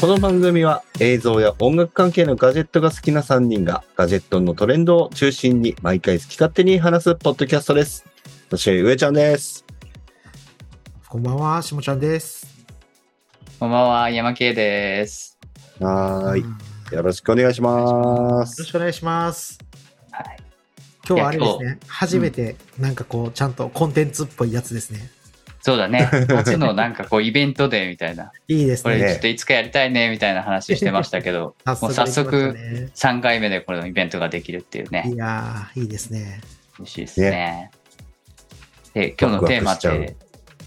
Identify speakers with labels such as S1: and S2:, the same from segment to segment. S1: この番組は映像や音楽関係のガジェットが好きな3人がガジェットのトレンドを中心に毎回好き勝手に話すポッドキャストです。そして上ちゃんです。
S2: こんばんは、しもちゃんです。
S3: こんばんは、山系です。
S1: はー
S2: うん
S1: い。
S2: よ
S1: よろしくお願いしま
S2: ろし
S1: す。
S2: くお願いします。
S3: はい。
S2: 今日はあれです
S3: い
S2: ね、初めてなんかこう、ちゃんとコンテンツっぽいやつですね。
S3: そうだね。初のなんかこうイベントでみた いな。
S2: いいです
S3: これ
S2: ね。
S3: ちょっといつかやりたいねみたいな話してましたけ ど、も
S2: で
S3: う早速
S2: きましたね
S3: 3回目でこのイベントができるっていうね
S2: い。やー、いいですね。
S3: 嬉しいですね。で、今日のテーマっ、
S1: ワクワクして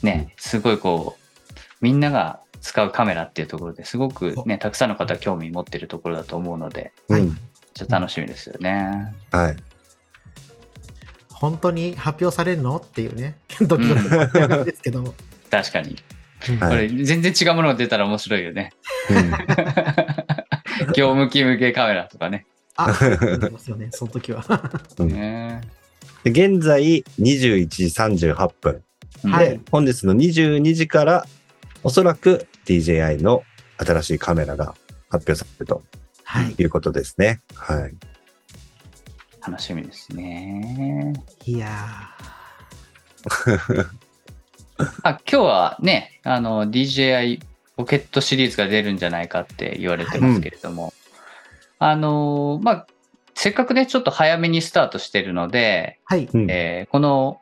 S3: ね、すごいこう、みんなが使うカメラっていうところですごくね、たくさんの方興味持ってるところだと思うので、
S2: はい
S1: うん
S3: ちょっと楽しみですよね。
S1: はい。
S2: 本当に発表されるのっていうね、 ドキドキの感じですけども。
S3: 確かに。
S2: うん
S1: はい
S3: これ全然違うものが出たら面白い よね。
S1: うん
S3: 業務機向けカメラとかね。
S2: あ、そうなりますよね、その時は。
S3: ね
S1: で現在21時38分。
S3: うん
S2: は
S1: で、
S2: い
S1: 本日の22時からおそらく DJI の新しいカメラが発表されると
S2: はい。
S1: いうことですね。はい。
S3: 楽しみですね。
S2: いや
S3: あ今日はね、あの DJI ポケットシリーズが出るんじゃないかって言われてますけれども、あのまあせっかくねちょっと早めにスタートしてるので、
S2: ー、はい。
S1: うん
S3: えーこの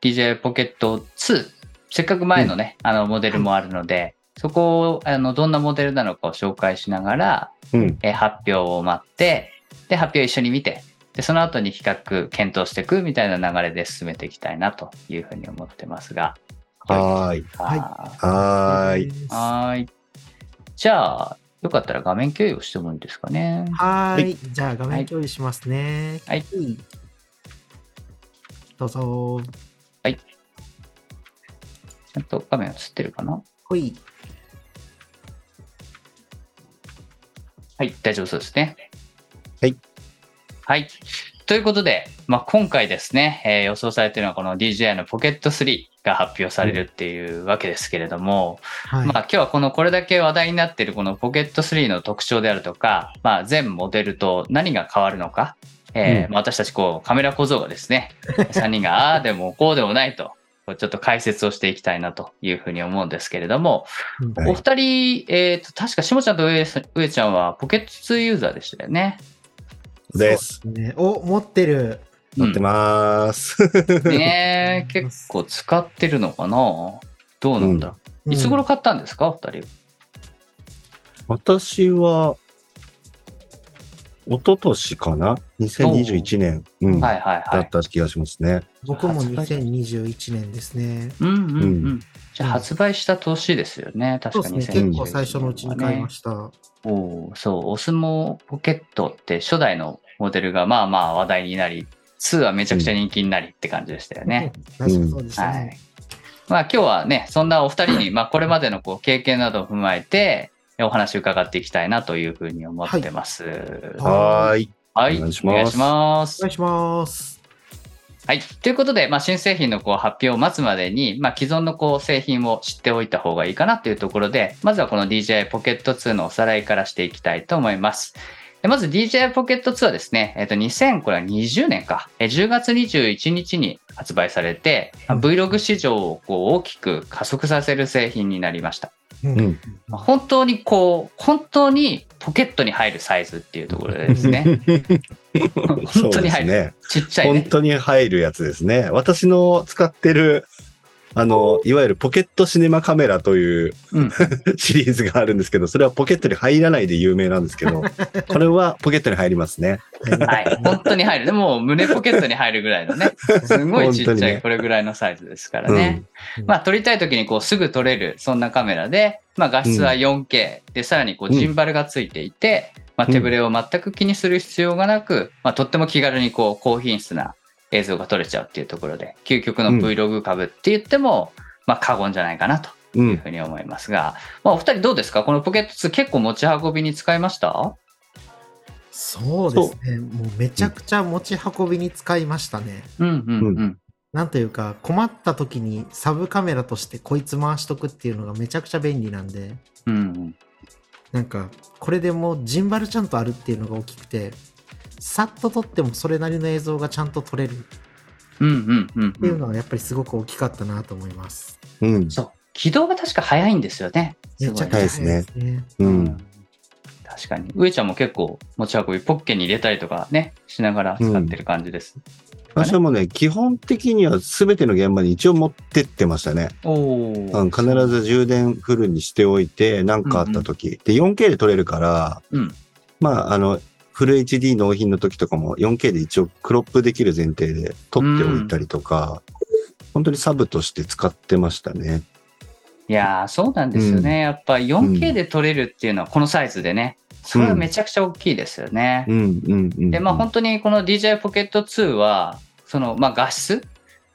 S3: DJI ポケット2せっかく前のね、あのモデルもあるので、そこをあのどんなモデルなのかを紹介しながら、
S1: うん。
S3: えー発表を待ってで発表一緒に見てでその後に比較検討していくみたいな流れで進めていきたいなというふうに思ってますが
S1: はーい。
S2: はい
S3: は
S1: はーい。
S3: いはーいじゃあよかったら画面共有をしてもいいですかね
S2: は
S1: は
S2: ーい。じゃあ、画面共有しますね。
S3: はい。
S2: どうぞ。
S3: ちゃんと画面映ってるかな
S2: ほい。
S3: はい大丈夫そうですね
S1: はい
S3: はいということで、まあ、今回ですね、えー予想されているのはこの DJI のポケット3が発表されるっていうわけですけれども、
S2: はい。
S3: まあ、今日はこのこれだけ話題になっているこのポケット3の特徴であるとか、まあ、全モデルと何が変わるのか、えー
S1: うん
S3: まあ、私たちこうカメラ小僧がですね3人がああでもこうでもないとこうちょっと解説をしていきたいなというふうに思うんですけれども、
S2: うん
S1: はい
S3: お二人、えー、と確かしもちゃんと上さ上ちゃんはポケット2ユーザーでしたよね。
S1: です。
S2: ね、お、持ってる。
S1: 持ってます。
S3: うんねえ結構使ってるのかなどうなんだ、
S2: うん
S3: いつ頃買ったんですかお二人。
S1: 私は、一昨年かな ?2021 年、うん
S3: はいはい
S1: だ
S3: はい
S1: っ。た気がしますね。
S2: 僕も2021年ですね。
S3: うんうんう。
S1: うん
S3: じゃあ発売した年ですよね。
S2: そ
S3: 確
S2: う
S3: か
S2: で
S3: に
S2: すね。
S1: 2021
S2: 結構最初のうちに買いました。
S3: た。おーそう、お相撲ポケットって初代のモデルがまあまあ話題になり、2はめちゃくちゃ人気になりって感じでしたよね。
S2: うん。確かそうでした
S3: は
S2: ね
S3: い。。まあ今日はね、そんなお二人に、まあこれまでのこう経験などを踏まえて、お話を伺っていきたいなというふうに思ってます。
S1: はーい。
S3: はい。
S1: お願いし
S3: お
S1: ます
S3: 願いします
S2: お願。いします。
S3: はい。ということで、まあ、新製品のこう発表を待つまでに、まあ、既存のこう製品を知っておいた方がいいかなというところで、まずはこの DJI Pocket 2のおさらいからしていきたいと思います。でまず DJI Pocket 2はですね、えっと、2020年か、え10月21日に発売されて、まあ Vlog 市場をこう大きく加速させる製品になりました。
S2: う
S1: うん
S2: ん。
S3: まあ本当にこう、本当にポケットに入るサイズっていうところでで すね、
S1: そ
S3: 本
S1: う
S3: 当に
S1: です
S3: 入る。
S1: ね。
S3: ちっちゃい
S1: 本
S3: ね。
S1: 当に入るやつですね。私の使ってる、あの、いわゆるポケットシネマカメラという
S3: うん
S1: シリーズがあるんですけど、それはポケットに入らないで有名なんですけ ど、これはポケットに入りますね。
S3: はい、本当に入る。でも、胸ポケットに入るぐらいのね、すごいち
S1: 本
S3: っ
S1: 当に
S3: ちゃ
S1: ね
S3: い、これぐらいのサイズですからね。まあ、撮りたい時にこうすぐ撮れる、そんなカメラで、まあ、画質は 4K、で、さらにこ
S1: う
S3: うんジンバルがついていて、まあ、手ぶれを全く気にする必要がなく、まあ、とっても気軽にこう高品質な映像が撮れちゃうっていうところで、究極の
S1: うん
S3: Vlog 株って言っても、まあ、過言じゃないかなと
S1: う。
S3: いうんふうに思いますが、まあ、お二人どうですかこのポケット2結構持ち運びに使いました
S2: そうですね。もうめちゃくちゃ持ち運びに使いましたね。
S3: うんうん
S1: う
S3: うん。
S2: なんというか、困った時にサブカメラとしてこいつ回しとくっていうのがめちゃくちゃ便利なんで、
S3: うんうん
S2: なんか、これでもうジンバルちゃんとあるっていうのが大きくて、さっと撮ってもそれなりの映像がちゃんと撮れるっ
S3: うんうんうん。
S2: ていううんのはやっぱりすごく大きかったなと思います。
S1: うん。
S3: そう。軌道が確か早いんですよね。す
S2: め
S3: ご
S2: ち
S3: い
S2: ゃくちゃ早い
S1: すごい
S2: で
S1: です
S2: ね。
S1: うん。。
S3: 確かに。上ちゃんも結構持ち運び、ポッケに入れたりとかね、しながら使ってる感じです。
S1: 私はもうね、基本的には全ての現場に一応持ってってましたね。
S3: お
S1: う
S3: お。
S1: ん、必ず充電フルにしておいて、何かあった時、で、4K で撮れるから、
S3: うん。
S1: まあ、あの、フル HD 納品の時とかも 4K で一応クロップできる前提で撮っておいたりとか、本当にサブとして使ってましたね。
S3: いやー、そうなんですよね。やっぱ
S1: う
S3: 4K
S1: ん
S3: で撮れるっていうのは、このサイズでね、それはめちゃくちゃ大きいですよね。
S1: うんうんうん。
S3: で、まあ本当にこの DJI Pocket 2は、その、まあ画質、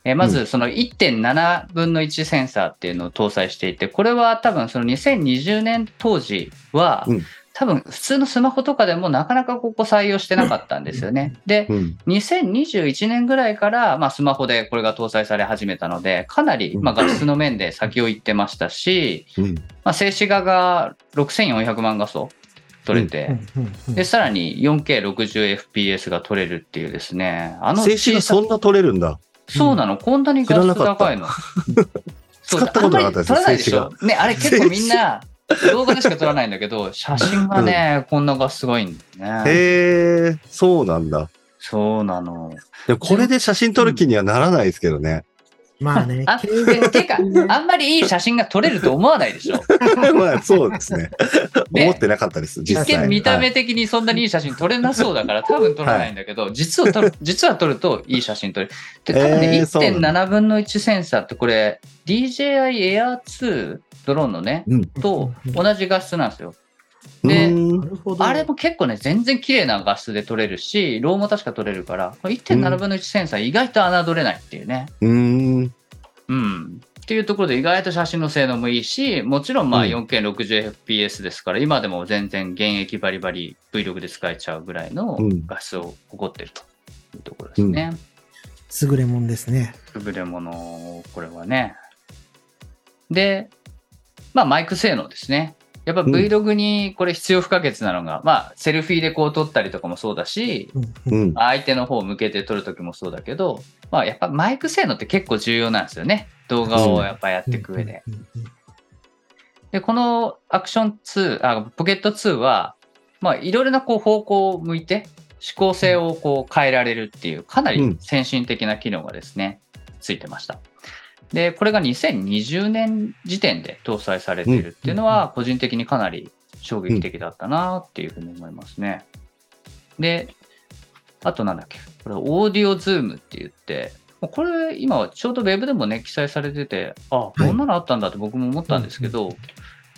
S3: えーまずその1.7分の1センサーっていうのを搭載していて、これは多分その2020年当時は、
S1: うん
S3: 多分普通のスマホとかでもなかなかここ採用してなかったんですよね。で、
S1: うん
S3: 2021年ぐらいから、まあ、スマホでこれが搭載され始めたので、かなり、まあ、画質の面で先を行ってましたし、
S1: うん
S3: まあ、静止画が6400万画素撮れて、
S2: うんうんうん
S3: で、さらに 4K60fps が撮れるっていうですね、あの
S1: 静止
S3: 小
S1: が
S3: さ
S1: そんな撮れるんだ。
S3: そうなの、こんなに画質高いの。 そう
S1: 使ったことなかったです
S3: あんまり撮らないでしょ。ね、あれ結構みんな動画でしか撮らないんだけど、写真がね、こんながすごいんだよね。
S1: へえ、そうなんだ。
S3: そうなの。
S1: でもこれで写真撮る気にはならないですけどね。
S2: まあね、
S3: あ、
S2: 軽
S3: ててか、あんまりいい写真が撮れると思わないでしょ。
S1: まあそうですね。
S3: ね
S1: 思ってなかったです、実
S3: 一
S1: 際。
S3: 見見た
S1: は
S3: 目
S1: い
S3: 的にそんなにいい写真撮れなそうだか ら、多分撮らないんだけど、実は撮る、実は撮るといい写真撮れる。で、多分ね、
S1: えーそうなん
S3: 1.7分の1センサーってこれ、DJI Air 2ドローンのね、
S1: うん
S3: と同じ画質なんですよ。
S1: う
S2: な
S3: で
S2: んるほど。
S3: あれも結構ね、全然綺麗な画質で撮れるし、ローも確か撮れるから、これ1.7分の1センサー意外と侮れないっていうね。
S1: うん。
S3: うん。っていうところで意外と写真の性能もいいし、もちろんまあ
S1: うん
S3: 4K60fps ですから、今でも全然現役バリバリ Vlog で使えちゃうぐらいの
S1: うん
S3: 画質を誇ってるというところですね。
S2: 優れもんですね。
S3: 優れもの、これはね。で、まあマイク性能ですね。やっぱ
S1: うん
S3: Vlog にこれ必要不可欠なのが、まあセルフィーでこう撮ったりとかもそうだし、
S2: うんうん
S1: うん。
S3: 相手の方を向けて撮るときもそうだけど、まあやっぱマイク性能って結構重要なんですよね。動画をやっぱやっていく上で。。
S2: うんうんうん
S3: で、このアクション2、あ、ポケット2は、まあ、いろいろなこう方向を向いて、指向性をこう変えられるっていう、かなり先進的な機能がですね、ついてました。で、これが2020年時点で搭載されているっていうのは、個人的にかなり衝撃的だったなっていうふうに思いますね。で、あとなんだっけ、これ、オーディオズームって言って、もうこれ、今はちょうどウェブでもね、記載されてて、あ、こんなのあったんだって僕も思ったんですけど、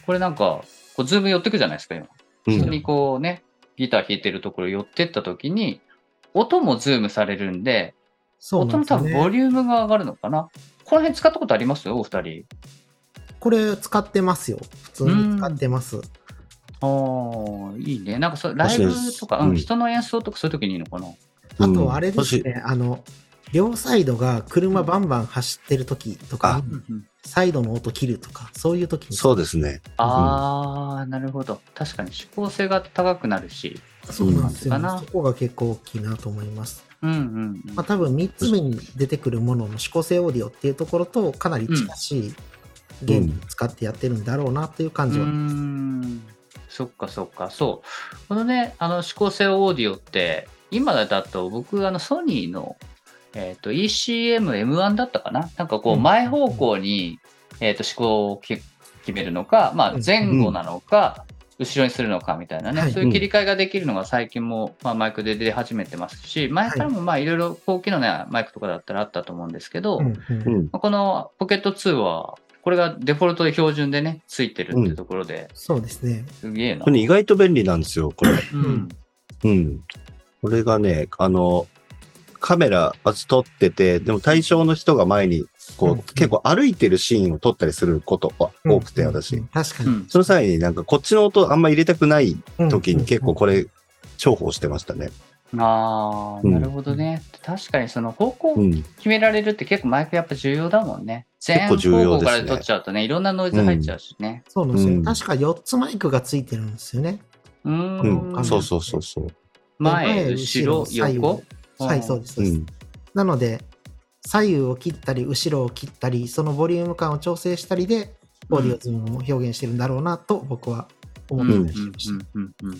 S3: これなんか、こうズーム寄ってくじゃないですか、今。
S1: う
S3: 普通
S1: ん
S3: にこうね、ギター弾いてるところ寄ってった時に、音もズームされるんで、
S2: そうな
S3: 音
S2: ん
S3: の
S2: ですよね
S3: 多分ボ。リュームが上がるのかな。この辺使ったことありますよ、お二人。
S2: これ使ってますよ。普通に使ってます。
S3: ああ、いいね。なんかそライブと
S1: 確か
S3: か、
S1: に
S3: う、
S1: うんん
S3: 人の演奏とかそういう時にいいのかな。
S2: あとあれです
S1: うん
S2: ね、あの、両サイドが車バンバン走ってる時とか、サイドの音切るとか、そういう時に。
S1: そうですね。
S3: ああ、なるほど。確かに指向性が高くなるし。
S2: そうなんですよ、
S3: うん
S2: ね
S3: かな。
S2: そこが結構大きいなと思います。
S3: うんうんうん、
S2: まあ多分3つ目に出てくるものの指向性オーディオっていうところとかなり近しい原理を使ってやってるんだろうなという感じは。
S3: うーんそっかそっかそうこのねあの指向性オーディオって今だと僕あのソニーの、えー、と ECM-M1 だったかななんかこ
S2: う
S3: うん前方向に、えー、と指向をき決めるのか、まあ
S2: う、ん
S3: 前後なのか、後ろにするのかみたいなね、
S2: はい
S3: そういう切り替えができるのが最近も、まあ、マイクで出始めてますし前からもまあいろいろ高機能なマイクとかだったらあったと思うんですけど、
S2: うんうん
S1: うん。
S3: まあこのポケット2は、これがデフォルトで標準でね、ついてるっていうところで、
S2: そうですね。
S3: すげえな
S1: こ。れ意外と便利なんですよ、これ。
S3: うん。
S1: うん。これがね、あの、カメラまず撮ってて、でも対象の人が前に、こう、
S2: うん
S1: 結構歩いてるシーンを撮ったりすることが多くて、
S2: うん
S1: 私。。
S2: 確か
S3: う
S2: に。
S3: ん
S1: その際になんかこっちの音あんま入れたくない
S2: うん
S1: 時に結構これ重宝してましたね。
S3: ああ、
S1: うん
S3: なるほどね。確かにその方向
S1: う
S3: を
S1: ん。
S3: 決められるって結構マイクやっぱ重要だもんね。全
S1: 構
S3: 方
S1: 重要
S3: 向
S1: ですね
S3: から取っちゃうとね、いろんなノイズ入っちゃうしね。
S2: そうなんですよ、
S1: うん
S2: 確か4つマイクがついてるんですよね。
S3: う
S1: う
S3: ーん。
S1: ん。そうそうそうそう。
S3: 前、後ろ、
S2: 左右
S3: 横。
S2: はい、そうです。そう
S1: う
S2: です
S1: ん。
S2: なので、左右を切ったり、後ろを切ったり、そのボリューム感を調整したりで、オーディオズームを表現してるんだろうなと、僕は思
S3: う
S2: っ
S3: んう
S2: てた
S3: ん
S2: りしました。
S3: うんうん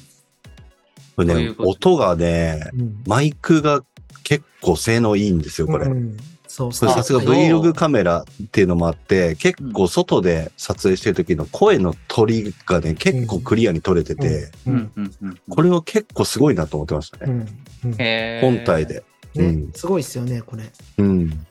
S1: これ
S3: とい
S1: ね
S3: う、こと
S1: 音がね、
S2: うん
S1: マイクが結構性能いいんですよ、これ。
S2: うんそう
S1: これさすが
S3: あそう
S1: Vlog カメラっていうのもあって、結構外で撮影してる時の声の取りがね、結構クリアに取れてて、
S2: う
S3: うんんうんうん
S1: これは結構すごいなと思ってました
S2: う
S1: ね。
S2: んうん
S3: へー
S1: 本体で。うん
S2: ね、すごいですよね、これ。
S1: うん。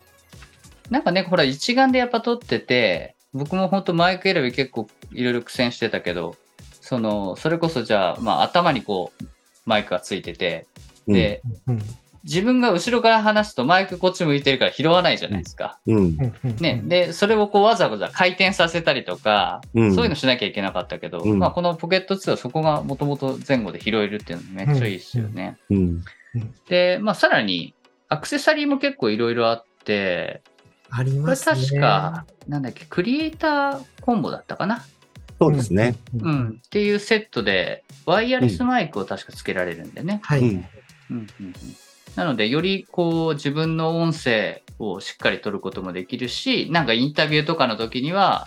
S3: なんかね、ほら、一眼でやっぱ撮ってて、僕も本当マイク選び結構いろいろ苦戦してたけど、その、それこそじゃあ、まあ頭にこう、マイクがついてて、で、
S2: うん
S3: 自分が後ろから話すとマイクこっち向いてるから拾わないじゃないですか。
S1: うん。
S2: うん
S3: ね、で、それをこうわざわざ回転させたりとか、
S1: うん。
S3: そういうのしなきゃいけなかったけど、
S1: うん
S3: まあこのポケット2はそこがもともと前後で拾えるっていうのめっちゃいいですよね。
S1: うん。
S3: で、まあさらに、アクセサリーも結構いろいろあって、
S2: あり
S3: これ
S2: ますね。
S3: 確か、なんだっけ、クリエイターコンボだったかな、
S1: そうですね。
S2: うん。
S3: う
S2: うん
S3: ん、っていうセットで、ワイヤレスマイクを確かつけられるんでね。
S2: はい、
S1: うん
S3: うんうんうんなので、よりこう自分の音声をしっかり取ることもできるし、なんかインタビューとかの時には、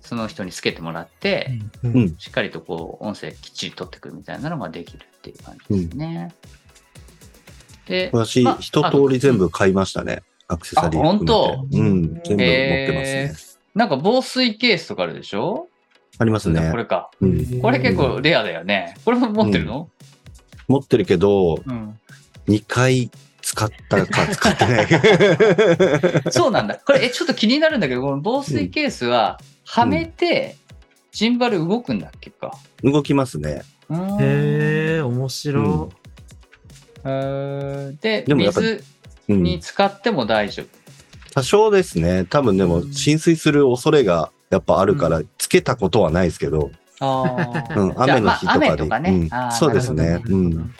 S3: その人につけてもらって、
S2: うん
S1: うん
S3: しっかりとこう音声きっちり取ってくるみたいなのができるっていう感じですね。で、
S1: 私、
S3: まあ
S1: 一通り全部買いましたね。アクセサリー
S3: あ
S1: 含めて。
S2: 当
S3: 本
S1: うん。全部持ってます
S3: へ
S1: ね。
S3: なんか防水ケースとかあるでしょ
S1: ありますね
S3: こ。れか。
S1: うん。
S3: これ結構レアだよね。これも持ってるの、
S1: 持ってるけど、
S3: うん、
S1: 2回使ったか使って ない。
S3: そうなんだ。これ、え、ちょっと気になるんだけど、この防水ケースは、はめて、ジンバル動くんだっけか。
S1: 動きますね。
S3: うーん
S2: へえ、面白
S3: えーで、
S1: でもやっぱ
S3: 水
S1: う
S3: に
S1: ん。
S3: 使っても大丈
S1: 多少ですね。多分でも、浸水する恐れがやっぱあるから、つけたことはないですけど、
S3: 夫。あー
S1: うん
S3: じゃあ
S1: 雨の日とかで
S3: まあ雨とかね。
S1: うん
S3: あー
S1: そうですね
S3: なるほど
S1: うん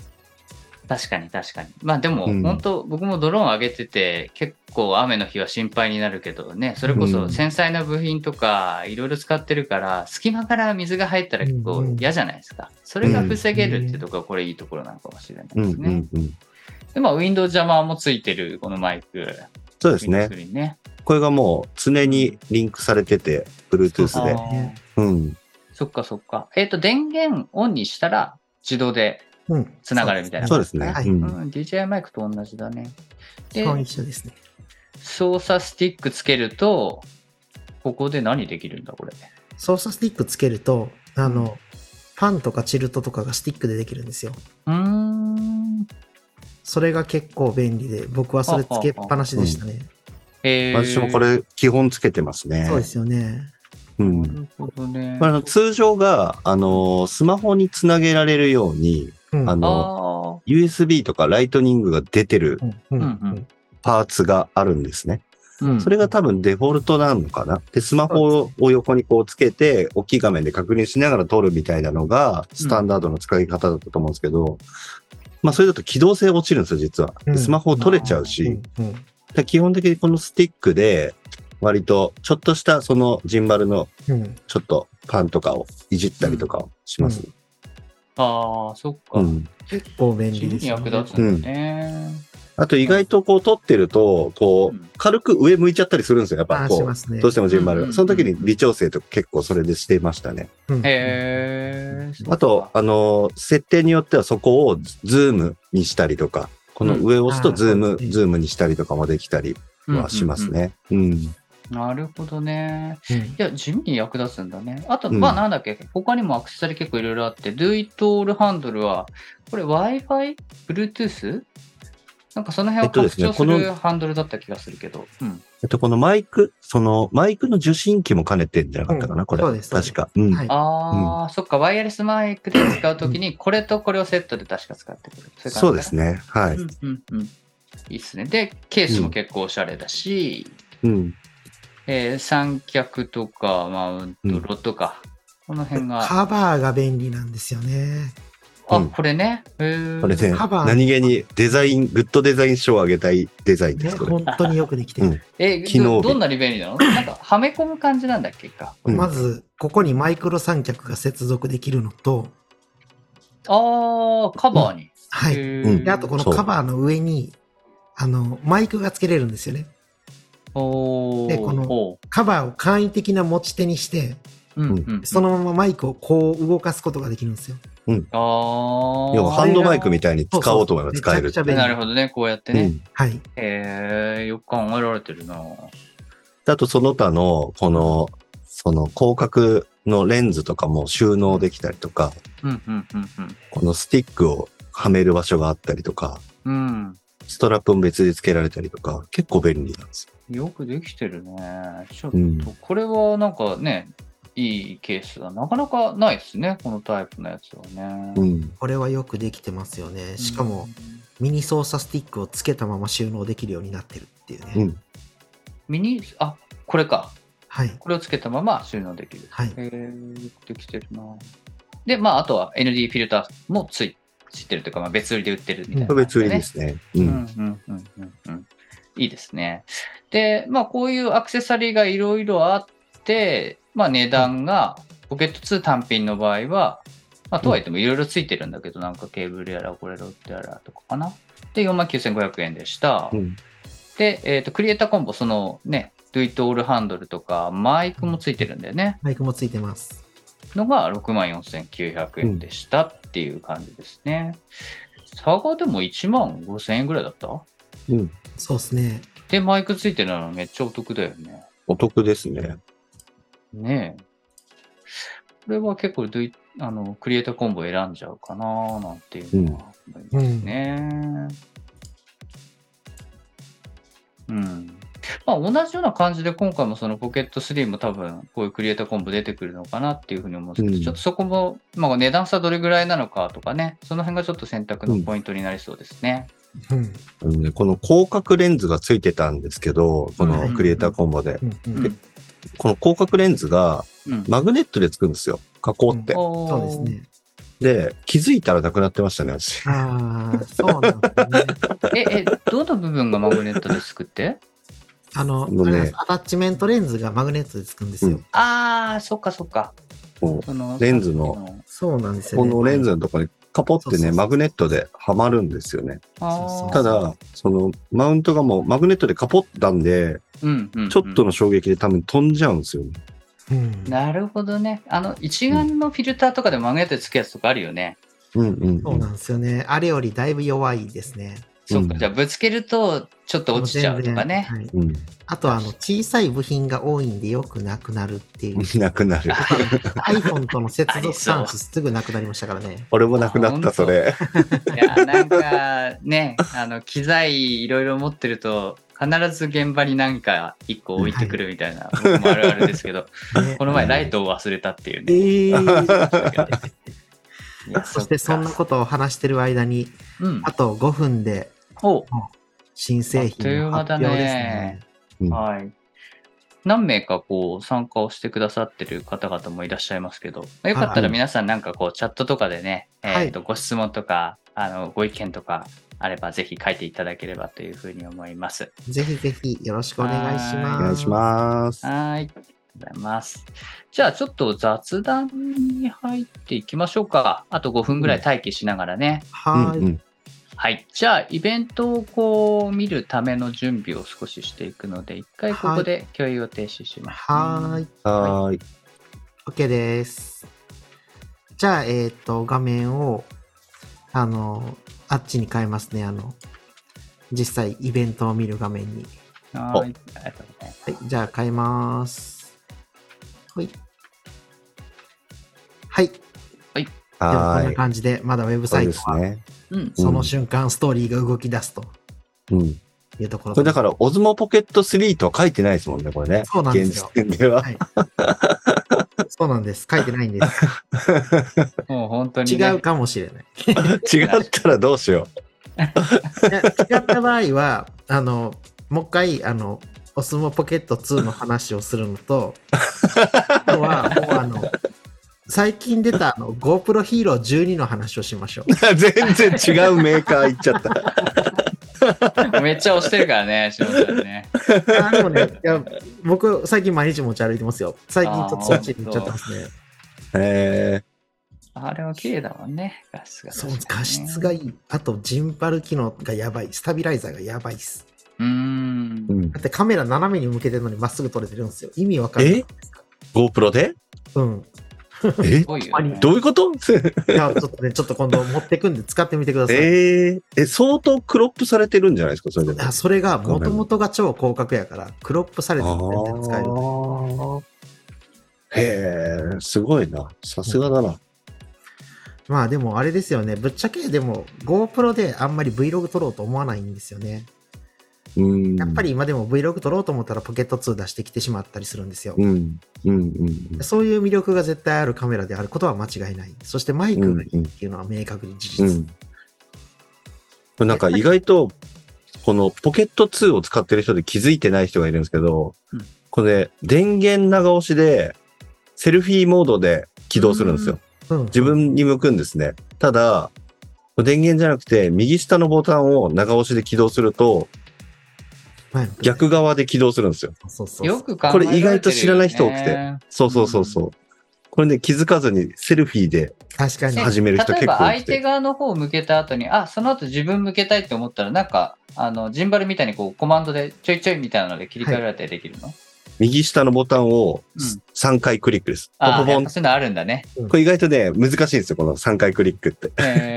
S3: 確かに確かに。まあでも、
S1: うん
S3: 本当僕もドローン上げてて、結構雨の日は心配になるけどね、それこ
S1: う
S3: そ
S1: ん
S3: 繊細な部品とか、いろいろ使ってるから、隙間から水が入ったら結
S2: うんう
S3: 構
S2: ん
S3: 嫌じゃないですか。それが防げるってところは、これいいところなのかもしれないうで
S1: んう
S3: すね。
S1: んうん。
S3: で、まあ、ウィンドウジャマーもついてる、このマイク。
S1: そうですね。
S3: Windows にね。
S1: これがもう常にリンクされてて、Bluetooth で
S3: あ。
S1: う
S3: ー
S1: ん。
S3: そっかそっか。えっ、と、電源オンにしたら自動で、
S2: い。うん。
S3: つながるみたいな
S1: そうですね。
S2: はい
S1: うん
S3: うん、DJI マイクと同じだね。
S2: 基
S3: で、
S2: 本一緒ですね。
S3: 操作スティックつけると、ここで何できるんだ、これ。
S2: 操作スティックつけると、あの、パンとかチルトとかがスティックでできるんですよ。
S3: うーん。
S2: それが結構便利で、僕はそれつけっぱなしでしたね。
S3: えー、
S1: 私もこ。れ基本つけてますね。
S2: そうですよね。
S1: うん
S3: なるほどね。
S1: まああの、通常が、あのースマホにつなげられるように、
S2: うん
S1: あの、
S3: あ
S1: USB とかライトニングが出てる
S2: うんうんうん
S1: パーツがあるんですね。
S3: ーうん
S1: それが多分デフォルトなのかな。で、スマホを横にこうつけて、大きい画面で確認しながら撮るみたいなのが、スタンダードの使い方だったと思うんですけど、まあ、それだと機動性落ちるんですよ、実は。
S2: う
S1: で
S2: ん
S1: スマホを取れちゃう
S2: う
S1: し
S2: ん、うん
S1: で基本的にこのスティックで、割と、ちょっとしたそのジンバルの
S2: うん
S1: ちょっとパンとかをいじったりとかをします。
S3: あー、そっか。
S1: うん。
S2: 結構便
S3: 地
S2: 利
S3: 味
S2: で
S3: に
S2: すよね。
S3: 役立つんだね。
S1: あと意外とこう撮ってると、こ
S3: うん
S1: う、軽く上向いちゃったりするんですよ、やっぱ
S2: あーし
S1: こ
S2: ま
S1: う。
S2: すね。
S1: どうしてもジンバ
S3: うん
S1: ル。その時に微調整とか結構それでしてましたね。
S2: うん
S3: へえ。
S1: あと、あのー、設定によってはそこをズームにしたりとか、この上を押すとズーム、
S2: うん
S1: ズームにしたりとかもできたりはします。ね。うん。
S3: うんうんうんなるほどね。
S2: うん
S3: いや、地味に役立つんだね。あと、
S1: うん
S3: まあ、なんだっけ、他にもアクセサリー結構いろいろあって、Do It All Handle は、これ Wi-Fi? Bluetooth? なんかその辺
S1: えっ
S3: を
S1: とで
S3: 拡
S1: すね
S3: 張す
S1: こ
S3: る
S1: の
S3: ハンドルだった気がするけど。うん。
S1: えっと、このマイク、そのマイクの受信機も兼ねてんじゃなかったか
S2: う
S1: な、
S2: ん
S1: これ。
S2: そうですそうです
S1: 確か。うん。
S2: はい。
S3: ああ、そっか、ワイヤレスマイクで使うときに、これとこれをセットで確か使ってくる。そい感じかな
S1: そうです。ね。はい。
S3: うんうんうん。いいっすね。で、ケースも結構おしゃれだし、
S1: うん。
S3: えー三脚とか、マウン
S1: う
S3: ト、
S1: ん
S3: ロッドか。この辺が。
S2: カバーが便利なんですよね。
S3: あ、
S1: うん
S3: これね。へー
S1: これね
S2: カバー、
S1: 何気にデザイン、グッドデザイン賞をあげたいデザインで
S2: ね、
S1: す、これ。
S2: 本当によくできてる。
S1: うん
S3: え、
S1: 機能
S3: ど
S1: 美
S3: どんなリベリーなの なんか、はめ込む感じなんだっけか。
S1: うん
S2: まず、ここにマイクロ三脚が接続できるのと、
S3: ああ、カバーに。
S2: はい。
S3: へ
S1: う
S3: ー
S1: ん
S2: で、あとこの
S1: そう
S2: カバーの上に、あの、マイクがつけれるんですよね。
S3: おー
S2: でこの
S3: ほ
S2: カバーを簡易的な持ち手にして、
S3: ううんうん
S2: そのままマイクをこう動かすことができるんですよ。
S3: ああ。
S1: 要はハンドマイクみたいに
S2: そう
S1: 使おうと思えば
S2: そう
S1: 使える
S2: めち
S1: って
S2: ゃ
S1: いう。
S2: くちゃ便利
S3: なるほどね、こうやって
S1: う
S3: ね。
S1: ん
S2: はい。
S3: へえ、よく考えられてるな。
S1: であとその他の、この、その広角のレンズとかも収納できたりとか、
S3: うんうんうんうん。
S1: このスティックをはめる場所があったりとか、
S3: うん。
S1: ストラップも別で付けられたりとか、結構便利なんですよ。
S3: よくできてるね。ちょっと、
S1: うん
S3: これはなんかね、いいケースだ。なかなかないですね、このタイプのやつはね。
S1: うん。
S2: これはよくできてますよね。しかも、、ミニ操作スティックをつけたまま収納できるようになってるっていうね。
S1: うん。
S3: ミニ、あこれか。
S2: はい。
S3: これをつけたまま収納できる。
S2: はい。
S3: へーよくできてるな。で、まあ、あとは ND フィルターもついついてるというか、まあ、別売りで売ってるみたいな、
S1: これ別売りで。すね。う。
S3: うんんうんうんうんうん。いいですね。で、まあ、こういうアクセサリーがいろいろあって、まあ、値段が、ポケット2単品の場合は、まあ、とはいってもいろいろついてるんだけど、なんかケーブルやら、これロッドやらとかかな。で、49,500円でした。
S1: うん。
S3: で、えっ、と、クリエイターコンボ、そのね、ドゥイットオールハンドルとか、マイクもついてるんだよね。
S2: マイクもついてます。
S3: のが64,900円でしたっていう感じですね。差がでも1万5,000円ぐらいだった
S1: うん。
S2: そうですね。
S3: で、マイクついてるのめっちゃお得だよね。
S1: お得ですね。
S3: ねえ。これは結構ドゥイあの、クリエイターコンボ選んじゃうかななんていうのは思いますね。うん。まあ、同じような感じで今回もそのポケット3も多分こういうクリエイターコンボ出てくるのかなっていうふうに思うんですけど、
S1: うん
S3: ちょっとそこも、まあ、値段差どれぐらいなのかとかね、その辺がちょっと選択のポイントになりそうですね。
S2: うん。
S1: うんでこの広角レンズが付いてたんですけど、このクリエイターコンボで。
S2: うん。う
S3: うんん。うん
S1: この広角レンズがマグネットで付くんですよ。加工って。
S2: そうです。ね。
S1: で、気づいたらなくなってましたね、私。
S2: ああ、そうなんですね。
S3: おーえ、え、どの部分がマグネットで作って
S2: あの、
S1: のね
S2: あれなんですアタッチメントレンズがマグネットでつくんですよ。
S1: うん
S3: ああ、そっかそっか。
S1: こう
S3: その
S1: レンズの
S3: さっき
S2: そうなんですよ
S1: こ
S2: ね。
S1: のレンズのとこにカポって
S2: そうそう
S1: ね、
S2: そう
S1: マグネットではまるんですよね。
S3: あー
S1: ただ、そのマウントがもうマグネットでカポったんで、
S3: うんうんうん
S1: ちょっとの衝撃で多分飛んじゃうんですよね。
S2: うん。
S3: なるほどね。あの、一眼のフィルターとかでマグネットでつくやつとかあるよね。
S1: うんうん。
S2: そううんなんですよね。あれよりだいぶ弱いですね。
S3: そっ
S1: う
S3: か、
S1: ん
S3: じゃあぶつけるとちょっと落ちちゃうとかね。
S2: もう全然はい
S1: うん、
S2: あとはあの小さい部品が多いんでよくなくなるっていう。
S1: なく なる。
S2: iPhone との接
S3: あ
S2: 続
S3: りそう
S2: 端子すぐなくなりましたからね。
S1: 俺もなくな
S3: あ
S1: っ
S3: 本当
S1: た、それ。
S3: いや、なんか ね、あの、機材いろいろ持ってると、必ず現場になんか一個置いてくるみたいな、僕もあるあるですけど、
S2: ね
S3: この前ライトを忘れたっていう
S2: え
S3: ね。
S2: ー
S3: い や
S2: そしてそんな、ことを話してる間に、
S3: っかうん
S2: あ。と5分で
S3: お
S2: 新製品の発表ですね。
S1: うん
S3: はい。何名かこう参加をしてくださってる方々もいらっしゃいますけど、まあよかった
S1: は
S3: ら
S1: い
S3: 皆さんなんかこうチャットとかでね、
S2: はい
S3: えーとご質問とかあのご意見とかあればぜひ書いていただければというふうに思います。
S2: ぜひぜひよろしくお願いし
S1: お
S2: ます。
S1: 願いします。
S3: はい。ありがとうございます。じゃあちょっと雑談に入っていきましょうか。あと5分ぐらい待機しながらね。
S1: うん
S2: はい。
S1: うん。
S3: はい。じゃあイベントをこう見るための準備を少ししていくので、一回ここで共有を停止します、
S2: はーい。
S1: はーい。
S2: OK です。じゃあ、えっ、と、画面を、あの、あっちに変えますね。あの、実際イベントを見る画面に。
S3: はい。ありがとうございます。
S2: はい、じゃあ変えます。はい。はい。では
S1: は
S2: こん
S1: ー。
S2: ない感じで、まだウェブ
S1: そ
S2: サ
S1: う
S2: イ
S1: で
S2: ト
S1: す
S2: は、
S1: ね。
S3: うん。
S2: その瞬間ストーリーが動き出すと
S1: うん。
S2: いうところ、
S1: これだからら、オズモポケット3とは書いてないですもんね、これね。
S2: そうなんですよ
S1: 現時点では。
S2: はい、そうなんです。書いてないんです。
S3: もう本当に、ね。
S2: 違うかもしれない。
S1: 違ったらどうしよ
S2: いや違った場合は、あの、もう一回、あの、お相撲ポケット2の話をするのと、あとは、もうあの、最近出たあの GoPro Hero 12の話をしましょう。
S1: 全然違うメーカー行っちゃった。
S3: めっちゃ押してるか らね、しさんね。
S2: あでもね、いや僕、最近毎日持ち歩いてますよ。最近ちょっとそっちに行っちゃってますね。
S1: え
S3: あれは綺麗だもんね、画質が、
S2: そう、画質がいい。あと、ジンパル機能がやばい。スタビライザーがやばいっす。
S3: うーん
S1: ー、うん、
S2: だってカメラ斜めに向けてるのにまっすぐ撮れてるんですよ。意味わかんない。
S1: GoPro で
S2: うん。
S1: え
S3: すごいよ
S2: あ
S3: ね
S2: れ。
S1: どういうこと
S2: いや、ちょっとね、ちょっと今度持ってくんで使ってみてください。
S1: えー、え、相当クロップされてるんじゃないですか、それでも。
S2: あそれが、もともとが超広角やから、クロップされて
S1: あ
S2: 全然使える。
S1: ーへえ、すごいな。さすがだな。
S2: まあでもあれですよね。ぶっちゃけでも GoPro であんまり Vlog 撮ろうと思わないんですよね。
S1: うん。
S2: やっぱ。り今でも Vlog 撮ろうと思ったらポケット2出してきてしまったりするんですよ。
S1: うん。うん。うん。
S2: そういう魅力が絶対あるカメラであることは間違いない。そしてマイクがいいっていうのは明確に事
S1: う
S2: 実。
S1: ん。うん、なんか意外と、このポケット2を使ってる人で気づいてない人がいるんですけど、
S3: うん
S1: これ、電源長押しで、セルフィーモードで起動するんですよ。
S2: うん
S1: 自分に向くんですね。ただ、電源じゃなくて、右下のボタンを長押しで起動すると、
S2: はい
S1: 逆側で起動するんですよ。
S2: そうそう
S3: よ
S2: そう。
S3: く考え
S1: これ意外と知らない人多くてそうそうそうそう。これね、気づかずにセルフィーで
S2: 確かに。
S1: 始める人
S3: 例え
S1: 結
S3: ば
S1: 構多
S3: 相
S1: くて
S3: 手。側の方を向けた後に、あ、その後自分向けたいって思ったら、なんか、あの、ジンバルみたいにこう、コマンドでちょいちょいみたいなので切り替えられたりできるの、
S1: 右下のボタンを
S3: うん
S1: 3回クリックです。ポポ
S3: ああ、や
S1: ポ
S3: っ
S1: ン
S3: ぱ。そういうのあるんだね。
S1: これ意外とね、難しいんですよ、この3回クリックって。
S3: へ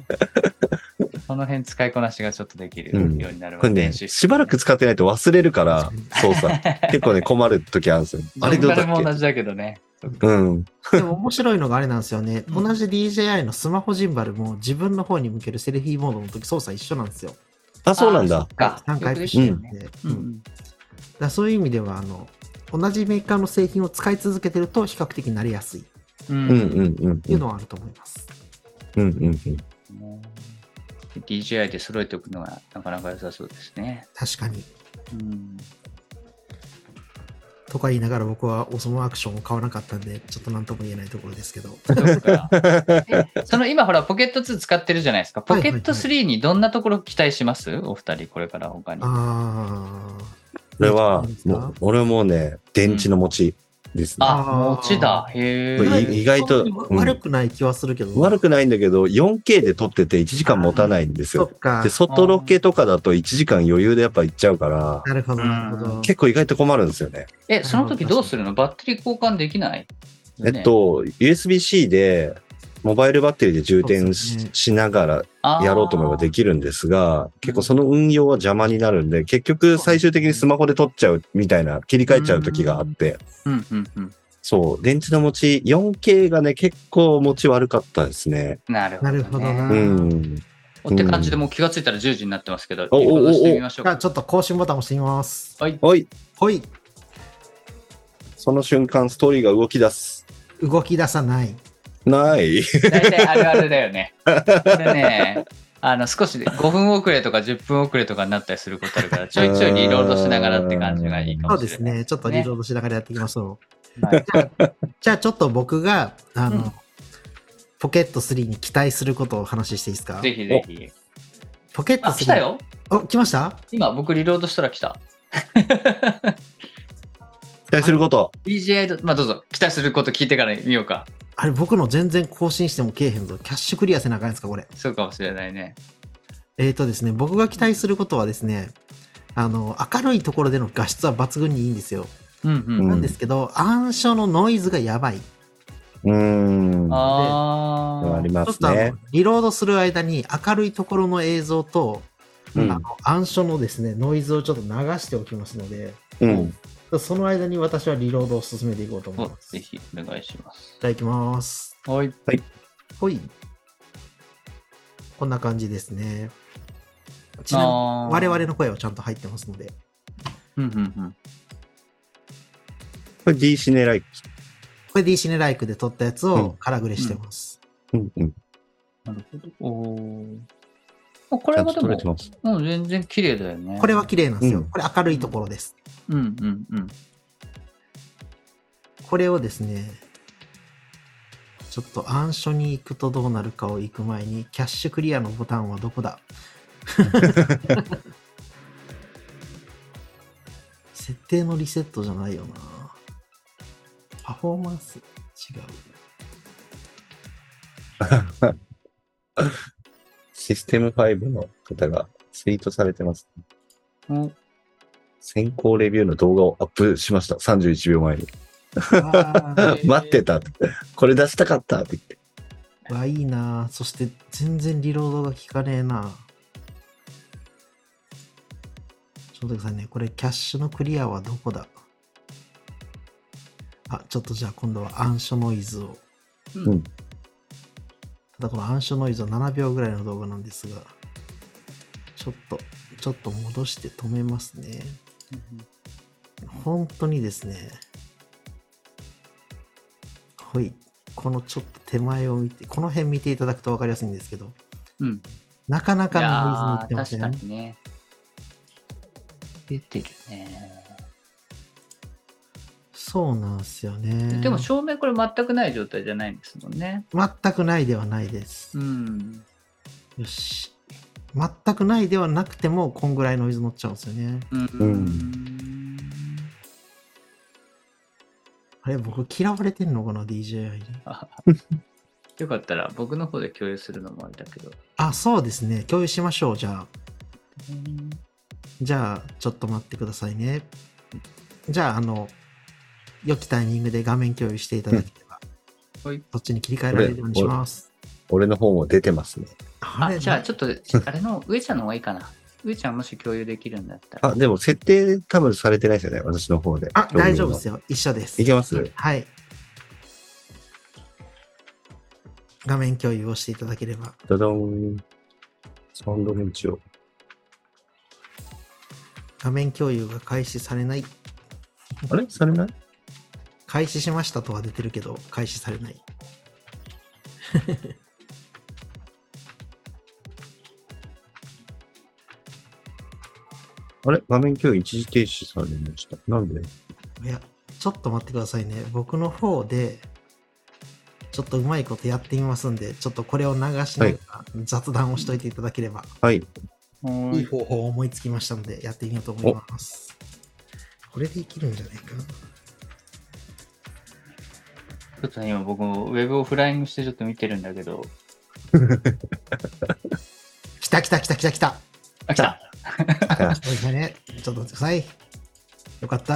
S3: ーその辺使いこなしがちょっとできるよう
S1: うん
S3: になるわ
S1: これね、しばらく使ってないと忘れるから、操作。 結構ね、困る時あるんですよ。あれ
S3: ジ
S1: ど
S3: ン
S1: う
S3: バル
S1: だ
S3: も同
S1: っ
S3: じだけどね。
S1: けうん。
S2: でも面白いのがあれなんですよね。
S3: うん
S2: 同じ DJI のスマホジンバルも自分の方に向けるセルフィーモードの時操作一緒なんですよ。
S1: あ、そうなんだ。
S3: か。
S2: 3回
S3: よく
S2: プ
S3: で
S2: ッ
S3: きて
S2: シュ
S3: る
S2: なん
S3: ね。
S2: で。
S3: う
S2: うん
S3: うんん
S2: だからそういう意味ではあの同じメーカーの製品を使い続けてると比較的慣れやすいっ
S3: うん
S1: うんうんうん
S2: て
S1: う。
S2: いうんのはあると思います。
S1: うんうんうん。
S3: ね DJI で揃えておくのがなかなか良さそうですね。
S2: 確かに。
S3: うん、
S2: とか言いながら僕はオソモアクションを買わなかったんで、ちょっと何とも言えないところですけど。
S3: そうかえその今ほらポケット2使ってるじゃないですか。ポケット3にどんなところ期待します、お二人これから他に。
S2: あ
S1: これは
S2: どうです、か
S1: もう、俺もね、電池の持ちですね。
S3: あ、持ちだ。へ
S1: これ
S2: ー。
S1: い
S3: え。
S1: 意外と
S2: そんなに
S1: うん
S2: 悪くない気はするけど。
S1: 悪
S2: く
S1: くないんだけど、4K で撮ってて1時間持たないんです
S2: そ
S1: よ
S2: っ。か
S1: で、。外ロケとかだと1時間余裕でやっぱ行っちゃうから、
S2: なるほど、なるほ
S3: う
S2: ど。
S1: 結構意外と困るんですよね。
S3: え、その時どうするのバッテリー交換できない、
S1: えっと、USB-C で、モバイルバッテリーで充電し,、
S2: そうですね
S1: しながらやろうと思えばで
S3: き
S1: きるんですが、結構その運用は邪魔になるんで、結局最終的にスマホで撮っちゃうみたいな、切り替えちゃう時があって、
S3: うんうんうん。
S1: そう、電池の持ち、4K がね、結構持ち悪かったですね。
S3: なるほど、ね。
S2: なるほどな
S1: う。
S2: うん
S3: おって感じでもう気がついたら10時になってますけど、
S1: お
S3: 移動してみましょう
S2: じゃあ
S3: か。
S2: ちょっと更新ボタン押してみます。
S1: おい、
S2: ほい、
S1: その瞬間ストーリーが動き出す。
S2: 動き出さない。
S1: ない。
S3: 大体あるあるだよね。これね、あの少しで5分遅れとか10分遅れとかになったりすることあるから、ちょいちょいリロードしながらって感じがいいか
S2: そう
S3: も
S2: で
S3: しれ
S2: す
S3: ない。
S2: ね。ちょっとリロードしながらやっていきましょう。じゃ
S3: はい
S2: あ、じゃあちょっと僕が、あの、
S3: うん
S2: ポケット3に期待することをお話ししていいですか
S3: ぜひぜひ。
S2: ポケット
S3: あ、
S2: 3。
S3: 来たよ。
S2: お、来ました
S3: 今僕リロードしたら来た。
S1: 期待すること。
S3: DJI と、まあどうぞ、期待すること聞いてから見ようか。
S2: あれ、僕の全然更新してもけえへんぞ。キャッシュクリアせなあかんやつか、これ。
S3: そうかもしれないね。
S2: えっ、とですね、僕が期待することはですね、あの、明るいところでの画質は抜群にいいんですよ。
S3: うんうん。
S1: うん
S2: なんですけど、暗所のノイズがやばい。
S1: うーん。あ
S3: ああ。
S1: りま
S2: ちょっ
S1: す
S2: とあの、
S1: ね。
S2: リロードする間に明るいところの映像と、
S1: うん
S2: あの暗所のですね、ノイズをちょっと流しておきますので、
S1: うん。
S2: その間に私はリロードを進めていこうと思
S3: お
S2: います。
S3: ぜ
S2: い
S3: ひお願いします。
S2: ただきます。
S3: はい。
S2: ほい。こんな感じですね。ちなみに
S3: あー
S2: 我々の声はちゃんと入ってますので。
S3: うんうん
S1: これ D シネライク。
S2: これ D シネライクで撮ったやつ
S1: うん
S2: をカラグレしてます。
S1: うんうん。
S3: うん。なるほど。おーあこ
S1: ち
S3: れ
S1: ゃん
S3: は
S1: と
S3: で
S1: 取れ
S3: も
S1: て、ます。
S3: うん、全然綺麗だよね。
S2: これは綺麗なんですよ。
S1: うん
S2: これ明るいところです。
S3: うんうんうん。
S2: これをですね、ちょっと暗所に行くとどうなるかを行く前に、キャッシュクリアのボタンはど こだ設定のリセットじゃないよな。パフォーマ ンス違う。
S1: システム5の方がツイートされてます。
S3: お
S1: 先行レビューの動画をアップしました。31秒前に。
S2: あー
S1: 待ってたって。これ出したかったって言って。
S2: わ、いいな。そして全然リロードが効かねえな。ちょっと待ってくださいね。これ、キャッシュのクリアはどこだあ、ちょっとじゃあ今度は暗所ノイズを。
S1: うん
S2: ただこの暗所ノイズは7秒ぐらいの動画なんですが、ちょっと、ちょっと戻して止めますね。本当にですね、ほい、このちょっと手前を見て、この辺見ていただくと分かりやすいんですけど、
S3: うん。
S2: なかないか
S3: や
S2: のノイズになってますよ
S3: ー確か
S2: ね。
S3: にね。出てるね。
S2: そうなんですよね。
S3: でも照明これ全くない状態じゃないんですもんね。
S2: 全くないではないです
S3: う。ん。
S2: よし。全くないではなくても、こんぐらいノイズ乗っちゃうんですよね。
S3: うん。
S1: ん
S2: あれ、僕嫌われてんのかな、DJI に。
S3: よかったら僕の方で共有するのもありだけど。
S2: あ、そうですね。共有しましょう、じゃあ。じゃあ、ちょっと待ってくださいね。じゃあ、あの、良きタイミングで画面共有していただければ、
S3: うんはい
S2: そっちに切り替えられるようにします。
S1: 俺の方も出てますね。
S2: あ
S3: あ、じゃあちょ
S2: っ
S3: っと、あれの、上ちゃんの方がいいかな。上ちゃんもし共有できるんだったら。
S1: あ、でも設定多分されてないですよね。私の方で。
S2: あ、大丈夫です
S1: よ。
S2: よ。一緒です。
S1: いけます
S2: はい。画面共有をしていただければ。
S1: ダダン。サウンド編集を。
S2: 画面共有が開始されない。
S1: あれされない
S2: 開始しましたとは出てるけど、開始されない。
S1: あれ画面共有一時停止されました。なんで
S2: いや、ちょっと待ってくださいね。僕の方で、ちょっとうまいことやってみますんで、ちょっとこれを流しながら雑談をしといていただければ、
S1: はい。
S2: い、い方法を思いつきましたので、やってみようと思います。これでいけるんじゃないかな。
S3: ちょっとね今僕もウェブをフライングしてちょっと見てるんだけど。
S2: 来た来た来た来た来た。
S3: あ、来た。
S1: あ
S2: そうですね。ちょっと待ってください。よかった。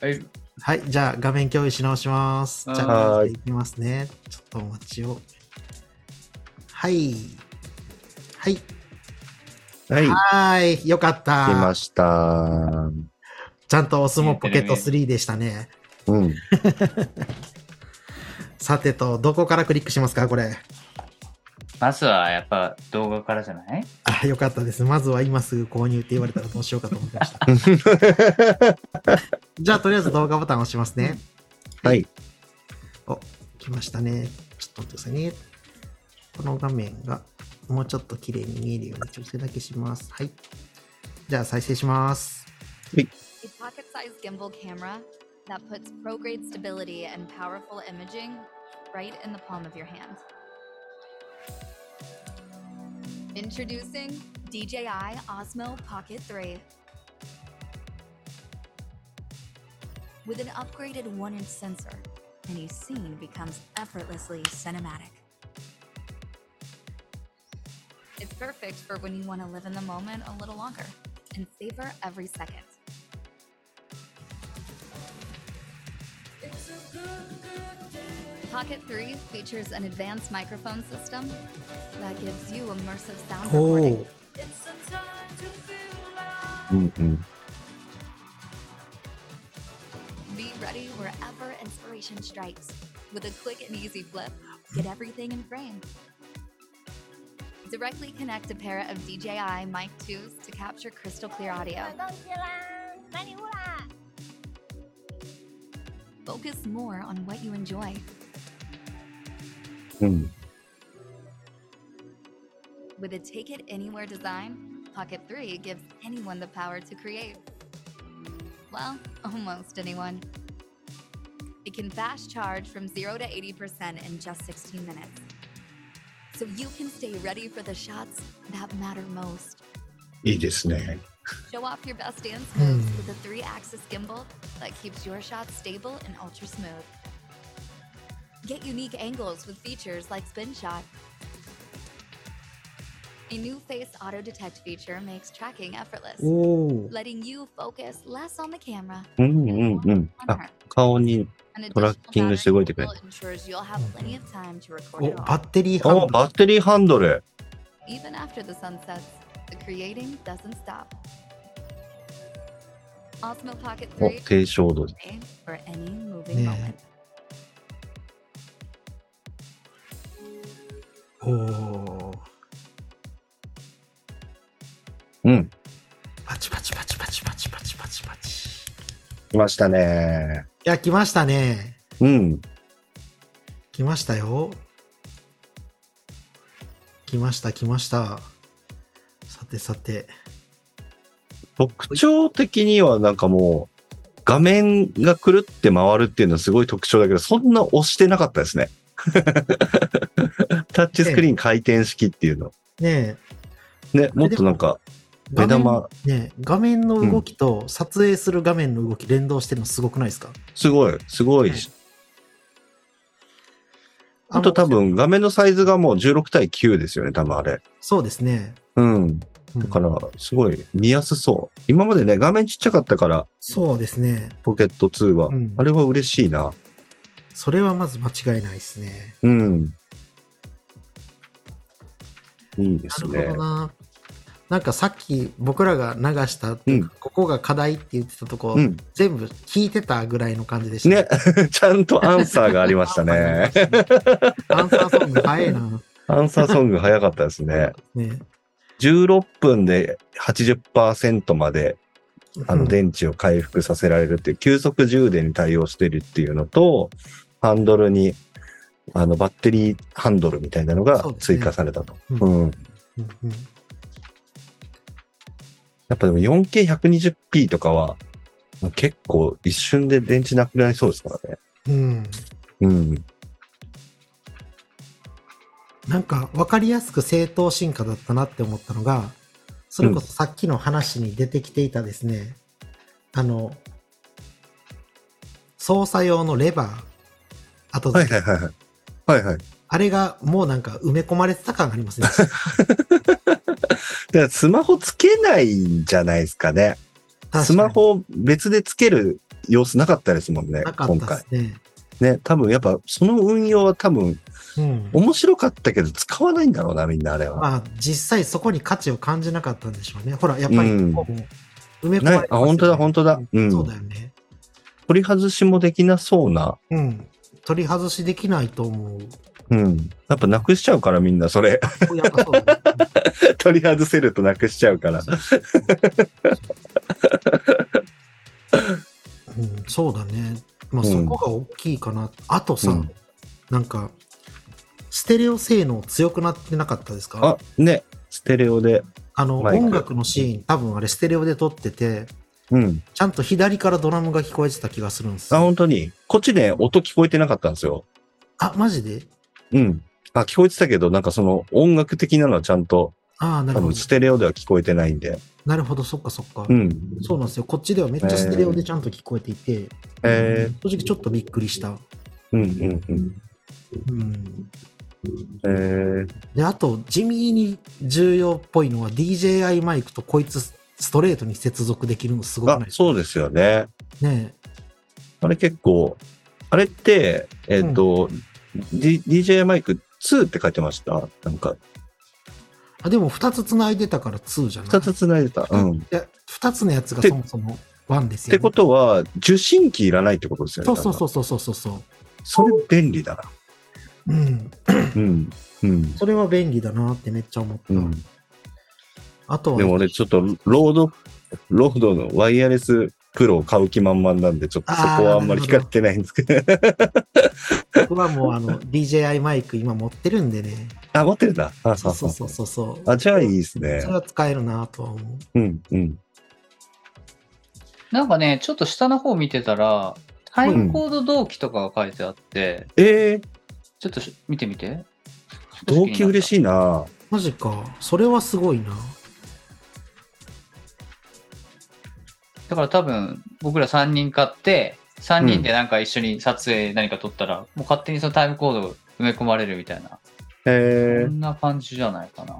S3: はい。
S2: はい、じゃあ画面共有し直します。じゃあ、
S1: はーい
S2: いきますね。ちょっとお待ちを。はい。はい。
S1: はい。
S2: はーい。よかっ
S1: 来
S2: た
S1: ま。した。
S2: ちゃんとお相撲ポケット3でしたね。
S1: うん。
S2: さてと、どこからクリックしますか、これ。
S3: まずはやっぱ動画からじゃない
S2: あ、よかったです。まずは今すぐ購入って言われたらどうしようかと思ってました。じゃあ、とりあえず動画ボタンを押しますね。
S1: はい。
S2: お、来ましたね。ちょっと待ってくださいね。この画面がもうちょっと綺麗に見えるように調整だけします。はい。じゃあ、再生します。
S4: A pocket-sized gimbal camera that puts pro-grade stability and powerful imaging right in the palm of your hand. Introducing DJI Osmo Pocket 3. With an upgraded 1-inch sensor, any scene becomes effortlessly cinematic. It's perfect for when you want to live in the moment a little longer and savor every second. Pocket 3 features an advanced microphone system that gives you immersive sound
S2: お
S4: recording.
S2: お。
S1: うんうん。
S4: Be ready wherever inspiration strikes. With a quick and easy flip, get everything in frame. Directly connect a pair of DJI Mic 2s to capture crystal clear audio.
S5: 东西啦，买礼物啦！
S4: Focus more on what you enjoy.
S1: うん。
S4: With a Take It Anywhere design, Pocket 3 gives anyone the power to create. Well, almost anyone. It can fast charge from 0 to 80% in just 16 minutes. So you can stay ready for the shots that matter most.
S1: いいですね。
S4: Show off your best dance
S2: Hmm.
S4: moves with a three axis gimbal that keeps your shots stable and ultra smooth. Get unique angles with features like Spin Shot. A new face auto detect feature makes tracking effortless,
S2: おお。
S4: letting you focus less on the camera
S1: うんうんうん。
S4: and
S1: あ
S4: more on her.、
S1: 顔に、
S4: An additional
S1: トラッキングして動いてくれ
S4: battery gimbal ensures you'll have plenty of time to
S2: お、
S4: record it
S2: バ
S4: all,
S2: ッテリーハ
S1: あ、
S2: ンド。
S1: バッテリーハンドル。
S4: even after the sun sets. The creating doesn't stop. Osmo Pocket
S1: お
S4: 3、
S1: 低照度。
S4: made for any moving
S2: ね
S4: moment.
S2: え。おおー。
S1: うん。
S2: パチパチパチパチパチパチパチパチ。
S1: 来ましたね。
S2: いや、来ましたね。
S1: うん。
S2: 来ましたよ。来ました、来ました。さてさて。
S1: 特徴的にはなんかもう、画面がくるって回るっていうのはすごい特徴だけど、そんな押してなかったですね。タッチスクリーン回転式っていうの。
S2: ねえ。
S1: ね、もっとなんか、目玉、
S2: 面ねえ画面の動きと撮影する画面の動き連動してるのすごくないですか、
S1: すごい、すごいし。あと多。分画面のサイズがもう16対9ですよね、多分あれ。
S2: そうですね。
S1: うん。だ
S2: うん
S1: から、すごい見やすそう。今までね、画面ちっちゃかったから、
S2: そうですね。
S1: ポケット2は。
S2: うん
S1: あれは嬉しいな。
S2: それはまず間違いないですね。
S1: うん。いいで
S2: な
S1: す
S2: るほ
S1: ね
S2: ど。な。なんかさっき僕らが流した、
S1: うん
S2: ここが課題って言ってたとこ、
S1: うん。
S2: 全部聞いてたぐらいの感じでした
S1: ね、 ちゃんとアンサーがありました ね。
S2: アンサーソング早いな。
S1: アンサーソング早かったですね。
S2: ね。
S1: 16分で80%まで あ
S2: う
S1: の
S2: ん
S1: 電池を回復させられるっていう、急速充電に対応してるっていうのと、ハンドルに、あの、バッテリーハンドルみたいなのが
S2: そうですね
S1: 追加されたと。
S2: うん
S1: うん。
S2: うんうん
S1: やっぱでも 4K120p とかは、結構一瞬で電池なくなりそうですからね。
S2: うん、
S1: うん。
S2: なんか分かりやすく正当進化だったなって思ったのがそれこそさっきの話に出てきていたですね、あの操作用のレバー後
S1: は
S2: 付
S1: い
S2: け
S1: はいはいはい。はいはい。
S2: あれがもうなんか埋め込まれてた感がありま すね
S1: だからスマホつけないんじゃないですかね。スマホ別でつける様子なかったですもんね、
S2: なかっ
S1: 今
S2: たで
S1: 回
S2: す。ね、
S1: ね、多分やっぱその運用は多分
S2: うん、
S1: 面白かったけど使わないんだろうな、みんなあれは。
S2: まあ実際そこに価値を感じなかったんでしょうねほらやっぱり
S1: うん
S2: ここも埋め込まれてますよね、
S1: ねあ本当だ本当だうん
S2: そうだよね
S1: 取り外しもできなそうな。
S2: うん取り外しできないと思う
S1: うん。やっぱなくしちゃうからみんなそれ。
S2: やっぱそうだね
S1: 取り外せるとなくしちゃうから。
S2: うん、そうだね。まあ、
S1: うん
S2: そこが大きいかな。あとさ、
S1: うん
S2: なんか、ステレオ性能強くなってなかったですか
S1: あ、ね、ステレオで。
S2: あの、
S1: マイク
S2: 音楽のシーン、多分あれステレオで撮ってて、
S1: うん。
S2: ちゃんと左からドラムが聞こえてた気がするんです
S1: あ、
S2: よ。
S1: 本当に。こっちね、音聞こえてなかったんですよ。
S2: あ、マジで
S1: うん。あ、聞こえてたけど、なんかその音楽的なのはちゃんと、
S2: ああ、な
S1: 多
S2: るほ
S1: 分
S2: ど。
S1: ステレオでは聞こえてないんで。
S2: なるほど、そっかそっか。
S1: うん。
S2: そうなんですよ。こっちではめっちゃステレオでちゃんと聞こえていて、
S1: え
S2: 正直ちょっとびっくりした。
S1: ー、うんうんうん。
S2: うん。
S1: えー、
S2: で、あと、地味に重要っぽいのは DJI マイクとこいつストレートに接続できるのすごくない
S1: あ、
S2: ですか
S1: そうですよね。
S2: ね
S1: あれ結構、あれって、えっ、と、D- DJI マイク2って書いてましたなんか、
S2: えあでも2つ繋いでたから2じゃない
S1: 2つ繋いでた。うん。っ
S2: いや2つのやつが
S1: て
S2: そもそも1ですよ、ね。
S1: てことは、受信機いらないってことですよね。。
S2: そうそうそううそうそうそうそ
S1: それ便利だな。
S2: う。うん。
S1: うん。うん。
S2: それは便利だなってめっちゃ思った。
S1: うん。
S2: あとは、
S1: でも俺ちょっとロード、ロードのワイヤレスプロを買う気満々なんで、ちょっとそこはあんまり光ってないんですけど。
S2: 僕はもうあの DJI マイク今持ってるんでね。
S1: あ、持ってるんだ。あ、
S2: そ
S1: そうう
S2: そ
S1: そうう
S2: そう
S1: そう。
S2: そうそう。
S1: あ、じゃあいいですね
S2: それ。は使えるなとは思う。
S1: うん、うん。
S3: なんかね、ちょっと下の方見てたら、ハイコード同期とかが書いてあって、
S1: えー、
S3: ちょっとし見てみて。
S1: 同期嬉し
S3: い。
S1: いな
S2: マジか。それはすごいな。
S3: だから多分、僕ら3人買って、3人でなんか一緒に撮影何か撮ったら、もう勝手にそのタイムコード埋め込まれるみたいな、
S1: え
S3: そんな感じじゃないかな。
S1: ー、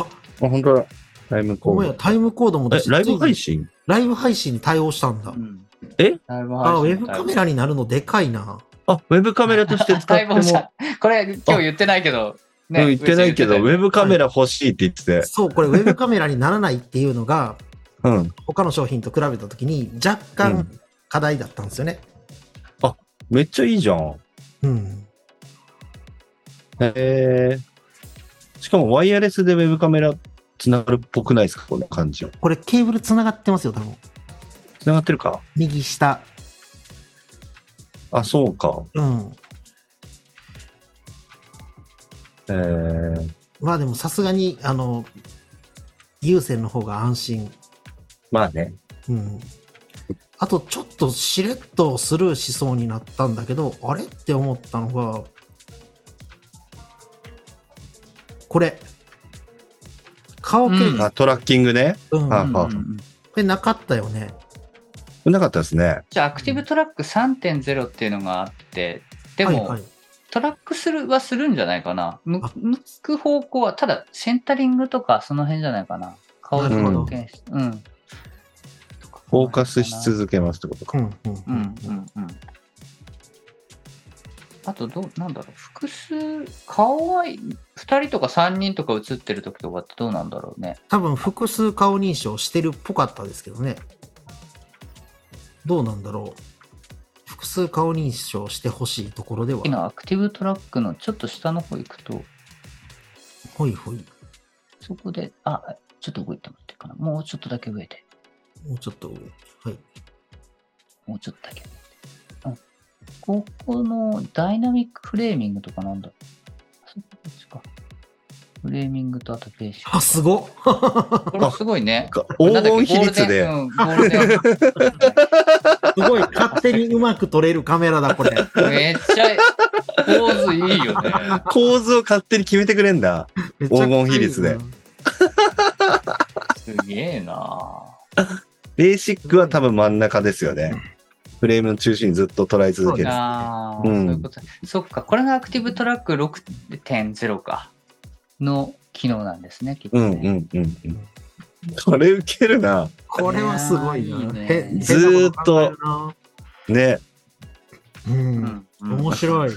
S1: あ、本当だ。ライブ
S2: お
S1: コ
S2: 前
S1: ー
S2: や、タイムコードも
S1: ド。え
S2: 出、し
S1: ライブ配
S2: ついに
S1: 信
S2: ライブ配信に対応したんだ。
S3: うん
S1: え
S3: ライブ
S2: あ、ウ
S3: 配
S2: ェ
S3: 信
S2: ブ
S3: のタイ
S2: カ
S3: ム
S2: メラになるのでかいな。
S1: あ、ウェブカメラとして使っ て
S3: 待望者
S1: も、
S3: これ今日言ってないけど、ね。
S1: うん、言ってないけど、ウ
S3: 言って
S1: ェブカメラ欲しいって言ってて。
S2: そう、これウェブカメラにならないっていうのが、
S1: うん。
S2: 他の商品と比べたときに若
S1: う
S2: 干
S1: ん
S2: 課題だったんですよね。
S1: めっちゃいいじゃん。
S2: うん。
S1: えー。しかもワイヤレスでウェブカメラ繋がるっぽくないですかこの感じ。
S2: これケーブル繋がってますよ、多分。
S1: 繋がってるか
S2: 右下。
S1: あ、そうか。
S2: うん。
S1: えー。
S2: まあでもさすがに、あの、有線の方が安心。
S1: まあね。
S2: うん。あと、ちょっとしれっとスルーしそうになったんだけど、あれって思ったのが、これ。顔系、
S3: うん
S1: あ、トラッキングね。
S2: うん。
S1: あ
S3: うん
S1: は
S3: うんうん
S2: これなかったよね。
S1: なかったですね。
S3: じゃあ、アクティブトラック3.0っていうのがあって、でも、
S2: はいはい、
S3: トラックするはするんじゃないかな。む
S2: あ
S3: 向く方向は、ただ、センタリングとか、その辺じゃないかな。顔
S2: な
S1: るほど
S3: の検出。うん。
S1: フォーカスし続けますってことか。
S2: うんうん
S3: うんうんうん。あとどう、なんだろう、複数、顔は2人とか3人とか映ってる時とかってどうなんだろうね。
S2: 多分複数顔認証してるっぽかったですけどね。どうなんだろう。複数顔認証してほしいところでは。
S3: 今、アクティブトラックのちょっと下の方行くと、
S2: ほいほい。
S3: そこで、あ、ちょっと動いてもらっていいかな。もうちょっとだけ上で。
S2: もうちょっと上。はい。
S3: もうちょっとだけ上で。うんここのダイナミックフレーミングとかなんだろう。あそここっちか。フレーミングとあとベーシック。
S2: あ、すごっ
S3: これすごいね。
S1: 黄
S3: なんだっ
S1: 金
S3: け
S1: 比率で。
S3: ゴールデンうんゴールデン
S2: すごい。勝手にうまく撮れるカメラだ、これ。
S3: めっちゃ、ポーズいいよね。
S1: 構図を勝手に決めてくれんだ。
S2: めっちゃ
S1: 黄金比率で
S2: かっこいいな
S3: すげえな
S1: ベーシックは多分真ん中ですよね。フレームの中心にずっと捉え続ける。
S3: あ
S1: う
S3: あ、
S1: ん
S3: そういうこと。そっか、これがアクティブトラック6.0か。の機能なんですね、きっと
S1: うん
S3: ね、
S1: うんうんうん。これウケるな。
S2: これはすごい
S3: いや
S2: な。
S3: ーいいね
S2: へ変なこと考えるな
S1: ね。
S2: うん。
S3: うん
S2: 面白い。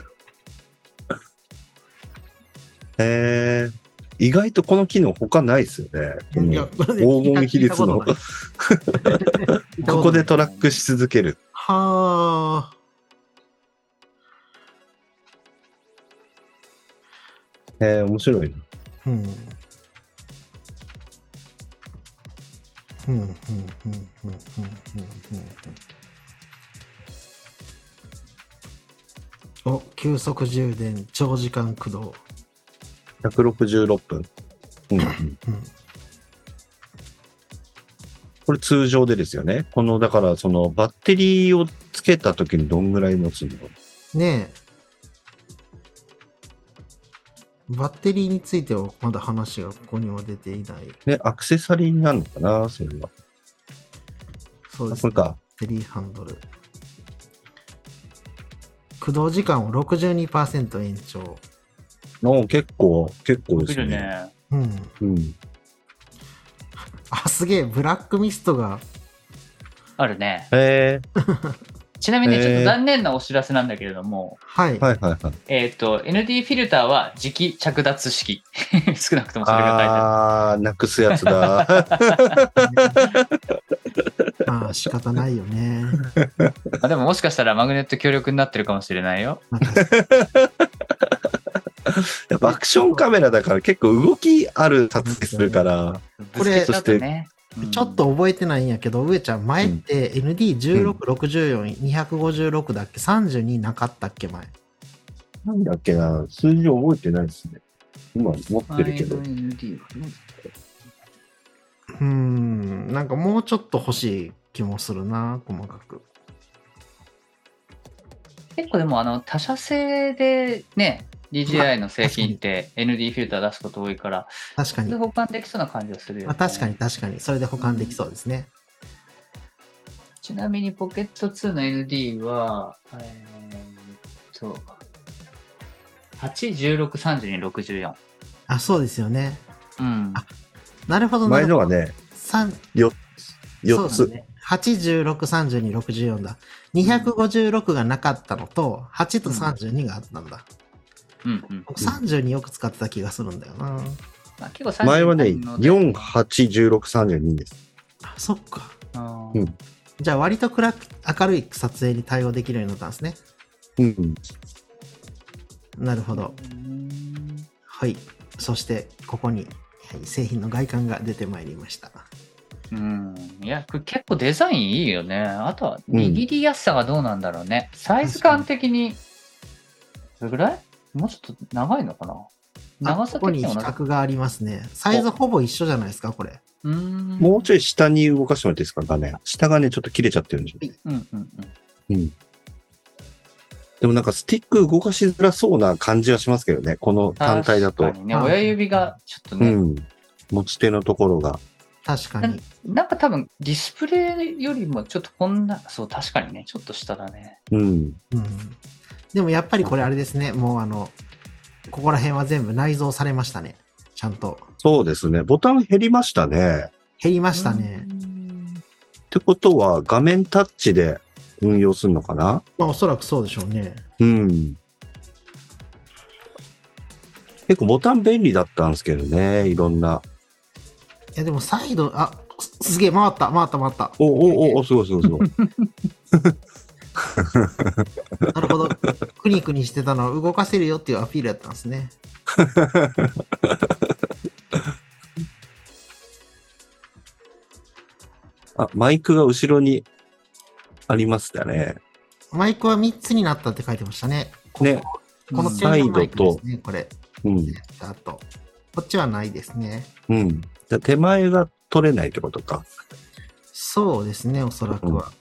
S1: えー、意外とこの機能他ないですよね。この黄金比率の
S2: こ
S1: ここでトラックし続ける。
S2: はあ。
S1: えー、面白いな。
S2: うん。うん、うん、うん、うん、うん、うん。うんお、急速充電、長時間駆動。
S1: 166分。うんうん、
S2: うん。
S1: これ通常でですよね。この、だからそのバッテリーをつけた時にどんぐらい持つの
S2: ねえ。バッテリーについてはまだ話がここには出ていない。
S1: で、アクセサリーになるのかなそれは。
S2: そう
S1: あ
S2: です
S1: こ
S2: ね
S1: れ。か。
S2: バッテリーハンドル。駆動時間を62%延長。
S1: お結構、結構で
S3: ですきる
S1: ね。
S3: ね。
S2: うん。
S1: うん。
S2: あ、すげえ、ブラックミストが。
S3: あるね。
S1: え
S3: ちなみにちょっ
S1: え
S3: と
S1: ー
S3: 残念なお知らせなんだけれども、
S2: は
S1: ー、
S2: い。
S1: はいはいはい。
S3: えっ、と、ND フィルターは磁気着脱式。 少なくともそれが書いてある。
S1: あー、なくすやつだ。
S2: まあ、仕方ないよね。
S3: まあでももしかしたらマグネット強力になってるかもしれないよ。
S2: まあ確か
S1: やっぱアクションカメラだから結構動きある撮影するから。
S3: ぶつけちゃってね。う
S2: に
S3: ん
S2: ちょっと覚えてないんやけど、上ちゃん、前って ND16、64、256だっけ ?32 なかったっけ前。
S1: なんだっけな、数字覚えてないですね。今持ってるけど。
S3: 5ND はどう
S2: うーん、なんかもうちょっと欲しい気もするな、細かく。
S3: 結構でもあの他社製でね、DJI の製品って ND フィルター出すこと多いから、
S2: 確か
S3: それ
S2: に
S3: で。保管できそうな感じがするよ、
S2: まあ、
S3: ね。
S2: 確かに確かに。それで保管できそうですね。
S3: ちなみにポケット2の ND は、えーっと、8、16、32、64。
S2: あ、そうですよね。
S3: うん。
S2: あなるほど
S1: 前
S2: な。
S1: のがね、
S2: 三
S1: 4
S2: そう
S1: つ。
S2: だね。8、16、32、64だ。256がなかったのと、8と32があったんだ。
S3: うんうん。
S2: 僕32よく使ってた気がするんだよな。
S3: まあ、結構
S1: 前はね、
S3: ので
S1: 4、8、16、32です。
S2: あ、そっか。
S3: うん
S1: うん
S2: じゃあ割と暗く、明るい撮影に対応できるようになったんですね。
S1: うん。
S2: なるほど。はい。そして、ここに、はい製品の外観が出てまいりました。
S3: うん。いや、これ結構デザインいいよね。あとは握りやすさがどうなんだろうね。サイズ感的に、どれぐらいもうちょっと長いのかな
S2: あ
S3: 長さ
S2: ここ
S3: 的
S2: に
S3: に
S2: 比
S3: もな
S2: 較がありますね。サイズほぼ一緒じゃないですか、これ。
S3: うん。
S1: もうちょい下に動かしてもらっていいですか、画面。下がね、ちょっと切れちゃってるんでしょ。
S3: うんうんうん。
S1: うん。でもなんかスティック動かしづらそうな感じはしますけどね、この単体だと
S3: 確か。にね、
S2: うん
S3: 親指がちょっと
S1: う
S3: ね、
S1: ん。持ち手のところが。
S2: 確かに。
S3: なんか多分ディスプレイよりもちょっとこんな、そう、確かにね、ちょっと下だね。
S1: うん。
S2: うん。でもやっぱりこれあれですね。もうあの、ここら辺は全部内蔵されましたね。ちゃんと。
S1: そうですね。ボタン減りましたね。
S2: 減りましたね。
S4: Mm.
S1: ってことは、画面タッチで運用するのかな
S2: まあおそらくそうでしょうね。
S1: うん。結構ボタン便利だったんですけどね、いろんな。
S2: いやでも再度、あ、すすげえ、回った、回った、回った。
S1: おおおお、すごいすごいすごい。
S2: なるほど。クニクニしてたのは動かせるよっていうアピールやったんですね。
S1: あ、マイクが後ろにありましたね。
S2: マイクは3つになったって書いてましたね。
S1: ね。
S2: この
S3: うん
S2: 手のマイクですね、これ。
S1: うん。
S2: あと。こっちはないですね。
S1: うん。じゃあ手前が取れないってことか。
S2: そうですね、おそらくは。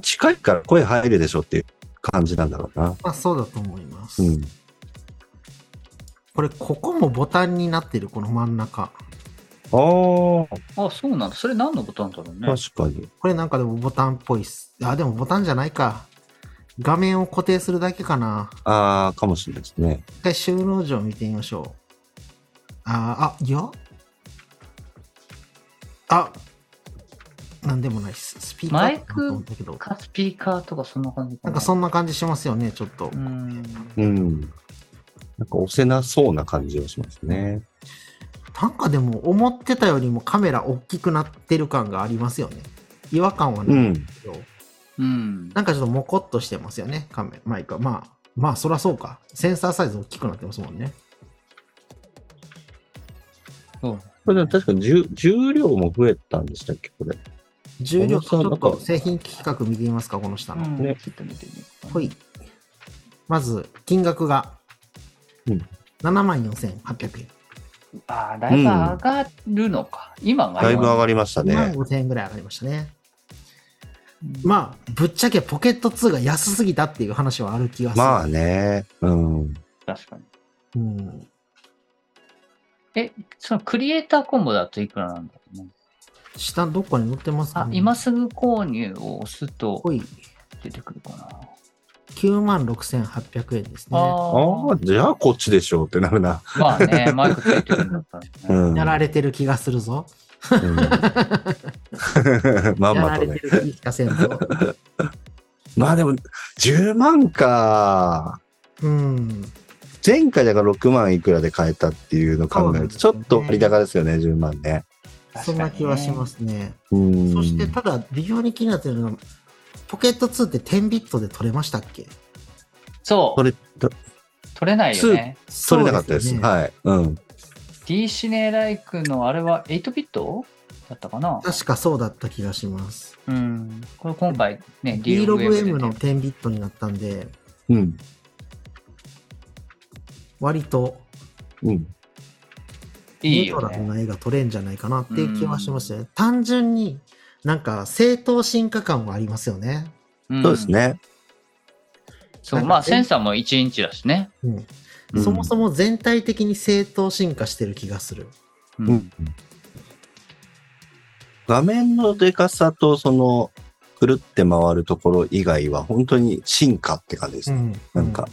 S1: 近いから声入るでしょっていう感じなんだろうな。
S2: まあそうだと思います。
S1: うん。
S2: これ、ここもボタンになってる、この真ん中。
S1: あ
S3: あ、そうなんだ。それ何のことなんだろうね。
S1: あ、確かに。
S2: これなんかでもボタンっぽいっす。あ、でもボタンじゃないか。画面を固定するだけかな。
S1: ああ、かもしれないですね。
S2: 一回収納時を見てみましょう。あー、あ、いやあ、なんでもないっす。スピーカー
S3: マイク
S2: かなと思ったけど。
S3: かスピーカーとかそんな感じか
S2: なんかそんな感じしますよね、ちょっと
S3: う。ん。
S1: うん。なんか押せなそうな感じがしますね。
S2: なんかでも思ってたよりもカメラ大きくなってる感がありますよね。違和感
S1: う
S2: はない
S1: ん。
S2: けど、
S3: うん。
S2: なんかちょっとモコっとしてますよね、カメマイクは。まあ、まあそらそうか。センサーサイズ大きくなってますもんね。
S3: そう
S1: これでも確かに重重量も増えたんでしたっけ、これ。
S2: 重量とちょっ
S1: 重さなん
S2: と
S1: か
S2: 製品規格見てみますか、この下
S3: う
S2: の。
S3: ん
S1: ね
S3: ちょっと見てみようかな
S2: ほい。まず、金額が、
S1: うん
S2: 7万4800円。
S3: ああ、だいぶ上がるのか。今が
S1: だいぶ上がりました
S2: 2万
S1: ね。
S2: 5000円ぐらい上がりましたね。
S3: る。
S2: まあ、ぶっちゃけポケット2が安すぎたっていう話はある気がする。
S1: まあね。うん。
S3: 確か
S2: う
S3: に。
S2: ん。
S3: え、そのクリエイターコンボだといくらなんだろうね。
S2: 下、どこに載ってますか、
S3: あ、今すぐ購入を押すと
S2: ほい。
S3: 出てくるかな。
S2: 9万6800円ですね。
S1: ああ、
S3: あ
S1: じゃあこっちでしょうってなるな。
S3: あ。まあね、マイクついてるんだったらね。。
S1: うん。
S2: やられてる気がするぞ。
S1: うん まん
S2: や
S1: ま
S2: ら
S1: と
S2: れ
S1: ね
S2: て。る気がせんぞ。
S1: まあでも、10万か。
S2: うん。
S1: 前回だから6万いくらで買えたっていうのを考えると、ち
S2: そ
S1: ょ
S2: うなんですよね
S1: っと割高ですよね、10万ね。
S2: そんな気はしますすね。
S1: うん。
S2: そして、ただ、微妙に気になってるのが、ポケット2って10ビットで取れましたっけ
S3: そ、
S1: そうれ、と
S3: 取れないよね。
S1: 取れなかったです。
S2: そうね
S1: はい。うん。
S3: D シネライクのあれは8ビットだったかな。
S2: 確かそうだった気がします。
S3: うん。これ今回ね、
S2: d ロ
S3: DLogM で
S2: g
S3: ね
S2: m の10ビットになったんで、
S1: うん。
S2: 割と
S1: うん。
S3: いい
S2: ト
S3: よ
S2: ラ
S3: ね。
S2: な絵が撮れんじゃないかなっていう気はしますね。単純になんか正当進化感はありますよね。
S3: うん
S1: そうですね。
S3: そ
S2: な
S3: う、
S2: んか
S3: まあセンサーも1インチだしね。
S2: うん
S1: うん
S2: そもそも全体的に正当進化してる気がする。
S3: う
S1: うんん。画面のでかさと、その、くるって回るところ以外は、本当に進化って感じですね。なんか、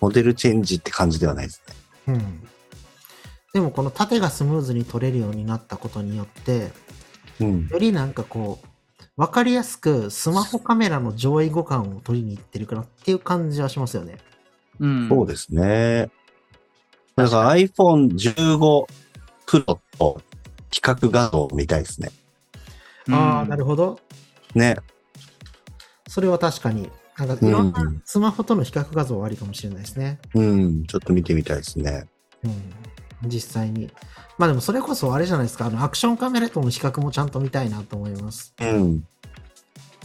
S1: モデルチェンジって感じではないですね。
S2: うん、うんでもこの縦がスムーズに取れるようになったことによって、
S1: うん。
S2: よりなんかこう、わかりやすくスマホカメラの上位互換を取りに行ってるかなっていう感じはしますよね。
S3: うん、
S1: そうですね。だから iPhone15 Pro と比較画像みたいですね。
S3: うん
S2: ああ、なるほど。
S1: ね。
S2: それは確かに。なんかいろんなスマホとの比較画像はありかもしれないですね。
S1: うん。ちょっと見てみたいですね。
S2: うん、実際に。まあでもそれこそあれじゃないですか、あのアクションカメラとの比較もちゃんと見たいなと思います。
S1: うん。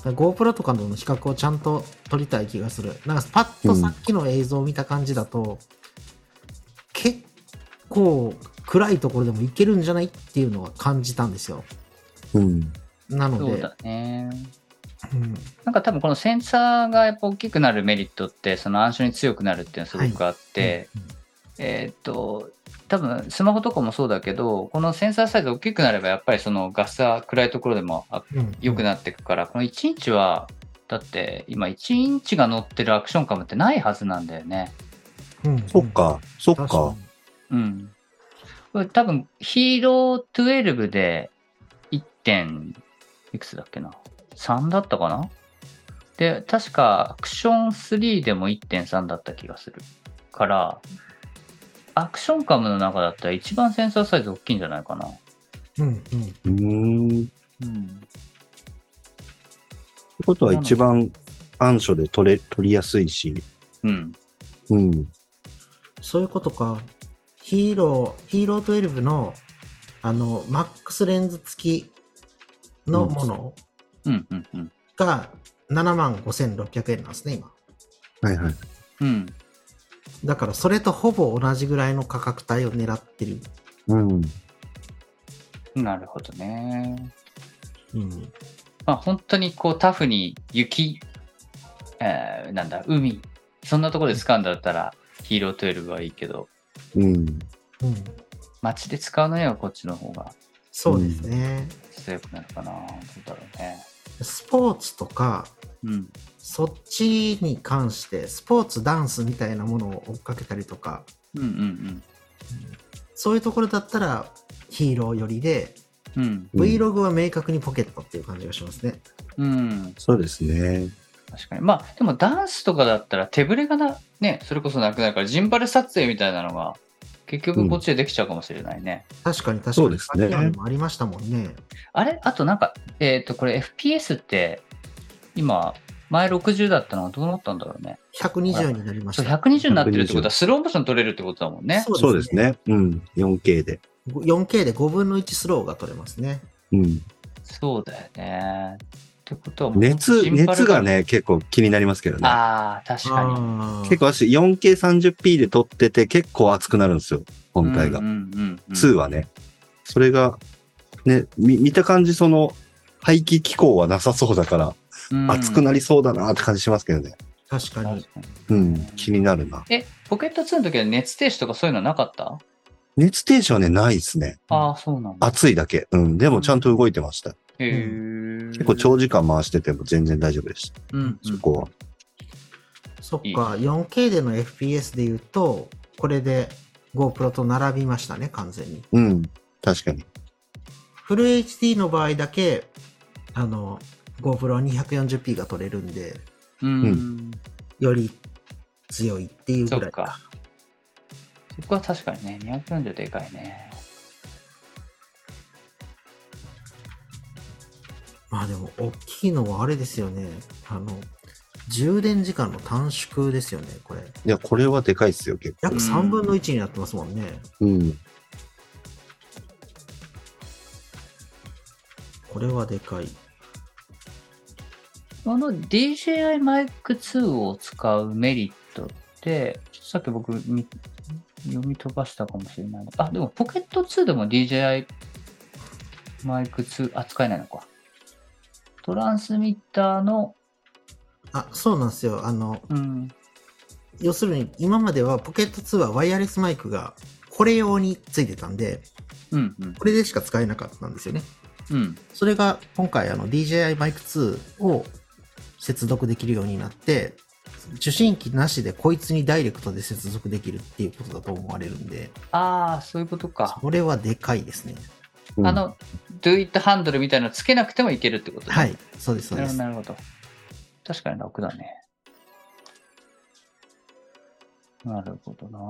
S2: GoPro とかの比較をちゃんと撮りたい気がする。なんかパッとさっきの映像を見た感じだと、結構暗いところでもいけるんじゃないっていうのは感じたんですよ。
S1: うん。
S2: なの
S3: そう
S2: で、
S3: だね。
S2: うん
S3: なんか多分このセンサーがやっぱ大きくなるメリットって、その暗証に強くなるっていうのはすごくあって、えーっと、多分スマホとかもそうだけど、このセンサーサイズ大きくなれば、やっぱりそのガスは暗いところでもあ
S2: うん、
S3: 良く
S2: い
S3: なっていくから、この1インチは、だって今1インチが乗ってるアクションカムってないはずなんだよね。
S1: そっか。そっ
S2: 確
S1: か。
S3: うん。これ多分ヒーロー12で 1. 点いくつだっけな ?3 だったかなで、確かアクション3でも1.3だった気がするから、アクションカムの中だったら一番センサーサイズ大きいんじゃないかな。
S2: にうんうん
S1: うーん。って
S3: うん。
S1: ことは一番暗所で撮れ、撮りやすいし。
S3: うん。
S1: うん。
S2: そういうことか。ヒーロー、ヒーロー12の、あの、マックスレンズ付きのもの
S3: うん。うん。うん。
S2: が7万5600円なんですね、今。
S1: はいはい。
S3: うん。
S2: だから、それとほぼ同じぐらいの価格帯を狙ってる。
S1: うん。
S3: なるほどね。
S2: うん。
S3: まあ、本当にこうタフに雪、えーなんだ、海、そんなところで使うんだったら、ヒーロー12はいいけど、
S1: うん。
S2: うん。
S3: 街で使うのにはこっちの方が
S2: そうですね。
S3: 強くなるかな、どうだろうね。
S2: スポーツとか、
S3: うん。
S2: そっちに関して、スポーツ、ダンスみたいなものを追っかけたりとか、
S3: うんうん
S2: そういうところだったら、ヒーロー寄りで、
S3: うん。うん。
S2: Vlog は明確にポケットっていう感じがしますね。
S3: うん。
S1: そうですね。
S3: 確かに。まあ、でもダンスとかだったら手ぶれがな、ね、それこそなくなるから、ジンバル撮影みたいなのが、結局こっちでできちゃうかもしれないね。
S2: 確かに確かに。
S1: そうですね
S2: さっきのもありましたもんね。
S3: あれあとなんか、えっ、と、これ FPS って、今、前60だったのはどうなったんだろうね。
S2: 120になりまし
S3: そう
S2: た。
S3: 120になってるってことはスローモーション取れるってことだもんね。
S1: そうです。ね。うん。4K で。
S2: 4K で5分の1スローが取れますね。
S1: うん。
S3: そうだよね。ってことはもう
S1: 熱、
S3: シンパル
S1: 熱が。ね、結構気になりますけどね。
S3: ああ、確かに。
S2: に
S1: 結構私 4K30p で撮ってて結構熱くなるんですよ、本体が。
S3: うんうんうん、
S1: 2はね。それが、ね、み見た感じその、排気機構はなさそうだから、熱く
S3: る。
S1: なりそうだなって感じしますけどね。
S2: 確かに。
S3: 確かに
S1: うん、気になるな。
S3: え、ポケット2の時は熱停止とかそういうのなかった、
S1: 熱停止はね、ないですね。
S3: ああ、そうなんだ。
S1: 熱いだけ。うん、でもちゃんと動いてました。
S3: へー
S1: 結構長時間回してても全然大丈夫でした。
S3: うんうん、
S1: そこは。
S2: そっか、
S3: いい
S2: 4K での FPS で言うと、これで GoPro と並びましたね、完全に。
S1: うん、確かに。
S2: フル HD の場合だけ、あの、GoPro240p が取れるんで、
S3: うん。
S1: う
S2: より強いっていう
S3: そ
S2: ぐら
S3: っ
S2: い。
S3: か。そこは確かにね、240でかいね。
S2: まあでも、大きいのはあれですよね。あの、充電時間の短縮ですよね、これ。
S1: いや、これはでかいっすよ、結構。
S2: 約3分の1になってますもんね。
S1: うん。
S2: これはでかい。
S3: この DJI マイク2を使うメリットって、ちょっとさっき僕み読み飛ばしたかもしれないな。あ、でもポケット2でも DJI マイク2扱えないのか。トランスミッターの
S2: あ、そうなんですよ。あの、
S3: うん。
S2: 要するに今まではポケット2はワイヤレスマイクがこれ用についてたんで、
S3: うん。うん。
S2: これでしか使えなかったんですよね。
S3: うん。
S2: それが今回あの DJI マイク2を接続できるようになって、受信機なしでこいつにダイレクトで接続できるっていうことだと思われるんで、
S3: ああ、そういうことか。
S2: これはでかいですね。
S1: うん
S3: あ、の、do it ハンドルみたいなのつけなくてもいけるってことね
S2: はい、そうです、そう
S3: なる
S2: で
S3: ほど、
S2: す。
S3: なるほど。確かに楽だね。なるほどな。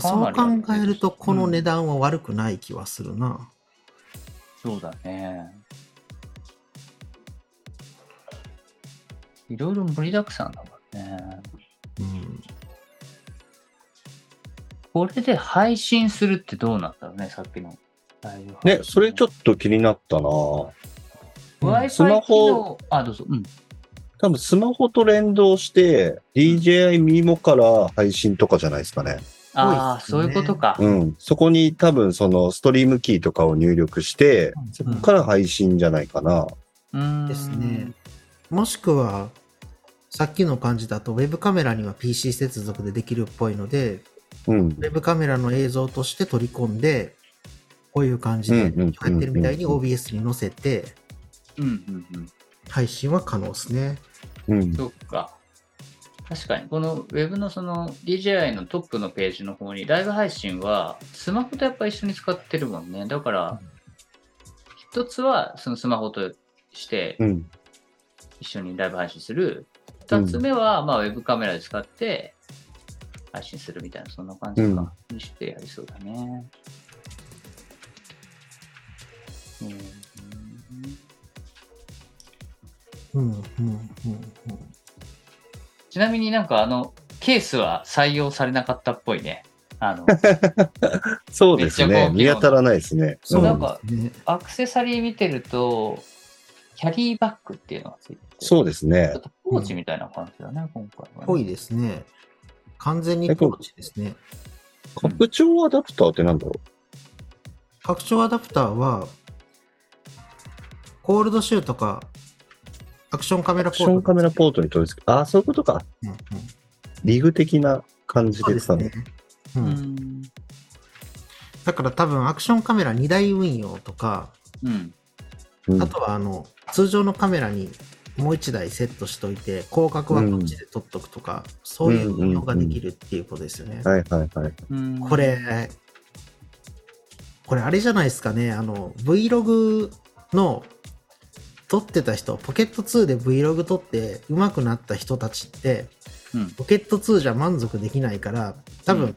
S2: そう
S3: かなり
S2: 考えると、この値
S3: うん
S2: 段は悪くない気はするな。
S3: そうだね。いろいろ盛りだくさんだからね。
S2: うん。
S3: これで配信するってどうなんだろうね、さっきのライブ配信。
S1: ね、それちょっと気になったな多
S3: と
S1: スマホ。
S3: あ、どうぞ。うん。
S1: 分スマホと連動して、DJI ミーモから配信とかじゃないですかね。
S3: ああ、
S2: 多
S3: そう
S2: いっすね
S3: いうことか。
S1: うん。そこに多分そのストリームキーとかを入力して、そこから配信じゃないかな。
S3: うーん。
S2: ですね。もしくは、さっきの感じだと、ウェブカメラには PC 接続でできるっぽいので、
S1: うん
S2: ウ。ェブカメラの映像として取り込んで、こういう感じで、や
S1: うんうんうんうん
S2: ってるみたいに OBS に載せて、
S3: うんうんうん。
S2: 配信は可能ですね。
S1: うん。
S3: そっか。確かに、このウェブのその DJI のトップのページの方に、ライブ配信はスマホとやっぱ一緒に使ってるもんね。だから、一つはそのスマホとして
S1: うん。
S3: 一緒にライブ配信する。二つ目は、まあ、ウェブカメラで使って配信するみたいな、そんな感じか。にしてやりそうだね。うん
S2: うん、うん、うん、うん。
S3: ちなみになんかあの、ケースは採用されなかったっぽいね。あの、
S1: そうです
S3: めっちゃ
S1: ね
S3: 高。級
S1: 見当たらないですね。
S2: そう
S3: なん
S1: ん
S3: か
S2: ですね。
S3: アクセサリー見てると、キャリーバッグっていうのがついてて、
S1: そうですね
S3: ちょっ。とポーチみたいな感じだね、今回は、ね。
S2: ぽいですね。完全にポーチですね。
S1: 拡張アダプターってなんだろ
S2: 拡張アダプターは、コールドシューとか、アクションカメ
S1: うア
S2: ラ
S1: ク
S2: ポ
S1: ション
S2: ート
S1: カメラポートに取り付け、ああ、そういうことか。
S2: うんうん
S1: リグ的な感じ
S2: そう
S1: で
S2: ですす
S1: か
S2: ね
S1: ね。。
S2: う、
S3: うんん。
S2: だから多分アクションカメラ2台運用とか、
S3: うん。
S1: うん
S2: あとはあの通常のカメラにもう1台セットしといて、広角はこっちで撮っとくとか、そういう運用ができるっていうことですよね。
S1: はいはいはい。
S3: うん
S2: こ。れ、これあれじゃないですかね、あの、Vlog の撮ってた人、ポケット2で Vlog 撮って上手くなった人たちって、
S3: うん。
S2: ポケット2じゃ満足できないから、多分、
S3: うん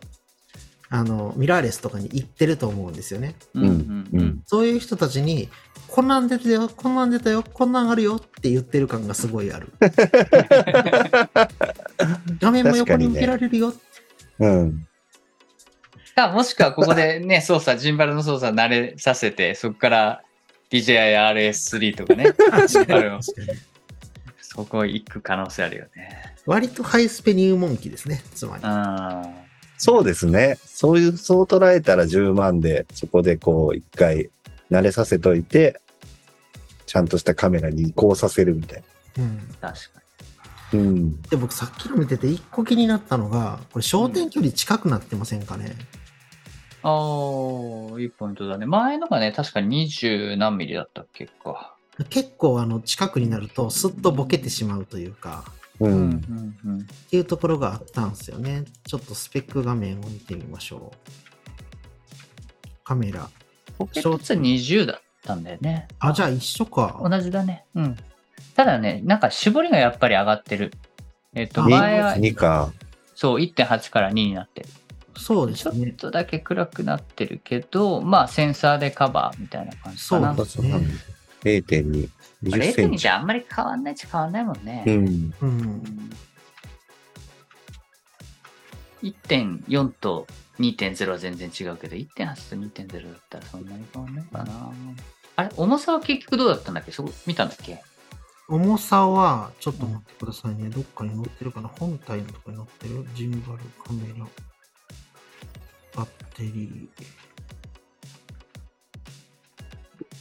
S2: あの、ミラーレスとかに行ってると思うんですよね。
S3: うん。うん。うん。
S2: そういう人たちに、こんなん出てたよ、こんなん出たよ、こんなんあるよって言ってる感がすごいある。画面も横に向けられるよって。
S1: うん。
S3: か、もしくはここでね、操作、ジンバルの操作慣れさせて、そこから DJIRS3 とかね、
S2: 確かに
S3: あの
S2: 確かに
S3: そこ行く可能性あるよね。
S2: 割とハイスペ入門機ですね、つまり。
S3: あ
S1: そうですね。そういう、そう捉えたら10万で、そこでこう、一回慣れさせといて、ちゃんとしたカメラに移行させるみたい
S2: うん
S3: あ、確か
S1: な。うん。
S2: で僕さっきの見てて一個気になったのがこれ焦点距離近くなってませんかね、
S3: に。ああ、いいポイントだね。前のがね、確か20何ミリだったっけか。
S2: 結構あの近くになるとすっとボケてしまうというか
S1: う。。
S3: うんうん。
S2: っていうところがあったんですよねちょっとスペック画面を見てみましょうカメラ
S3: ポケット2 20だったんだよね。
S2: あじゃあ一緒か
S3: 同じだね。うん。ただね、なんか絞りがやっぱり上がってる。えっ、と、
S2: あ
S3: 前は
S1: 2、、二か。
S3: そう、1.8から2になってる。
S2: そうで
S3: ちょ
S2: す
S3: っ
S2: ね
S3: とだけ暗くなってるけど、まあ、センサーでカバーみたいな感じかな
S2: そ
S1: そうう。
S2: ですね
S1: 0.2。
S3: まあ
S1: 20セン
S3: 0.2
S1: チ
S3: じ。ゃあんまり変わんないっちゃ変わんないもんね。
S1: うん。
S2: う
S3: うんん1.4と2.0は全然違うけど、1.8と2.0だったらそんなに変わんないかな。あれ、重さは結局どうだったんだっけそこ見たんだっけ
S2: 重さはちょっと待ってくださいねどっかに載ってるかな本体のとこに載ってるジンバルカメラバッテリー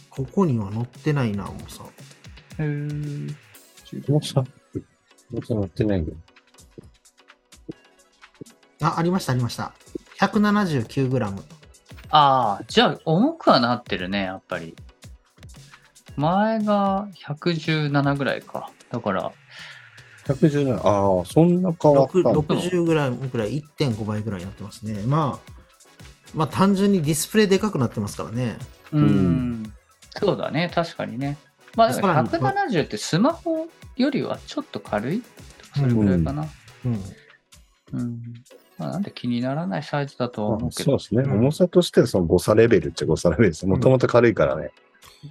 S2: ここには載ってないな重さ
S3: へー
S1: 重さ乗ってないよ。
S2: あ、ありました、ありました。179g。
S3: ああ、じゃあ重くはなってるね、やっぱり。前が117ぐらいか。だから、
S1: 117、ああ、そんな変わったんだ
S2: 60g ぐらい、1.5倍ぐらいになってますね。まあ、まあ単純にディスプレイでかくなってますからね。
S3: うんん。そうだね、確かにね。まあ、でも
S2: さらに
S3: 170ってスマホよりはちょっと軽いそれぐらいかな。
S2: うん。
S3: うん。まあ、なんで気にならないサイズだとは
S1: あ
S3: 思うけ
S1: そう
S3: ど。
S1: ですね。
S2: うん
S1: 重さとしてはその誤差レベルっちゃ誤差レベルです。もともと軽いからね。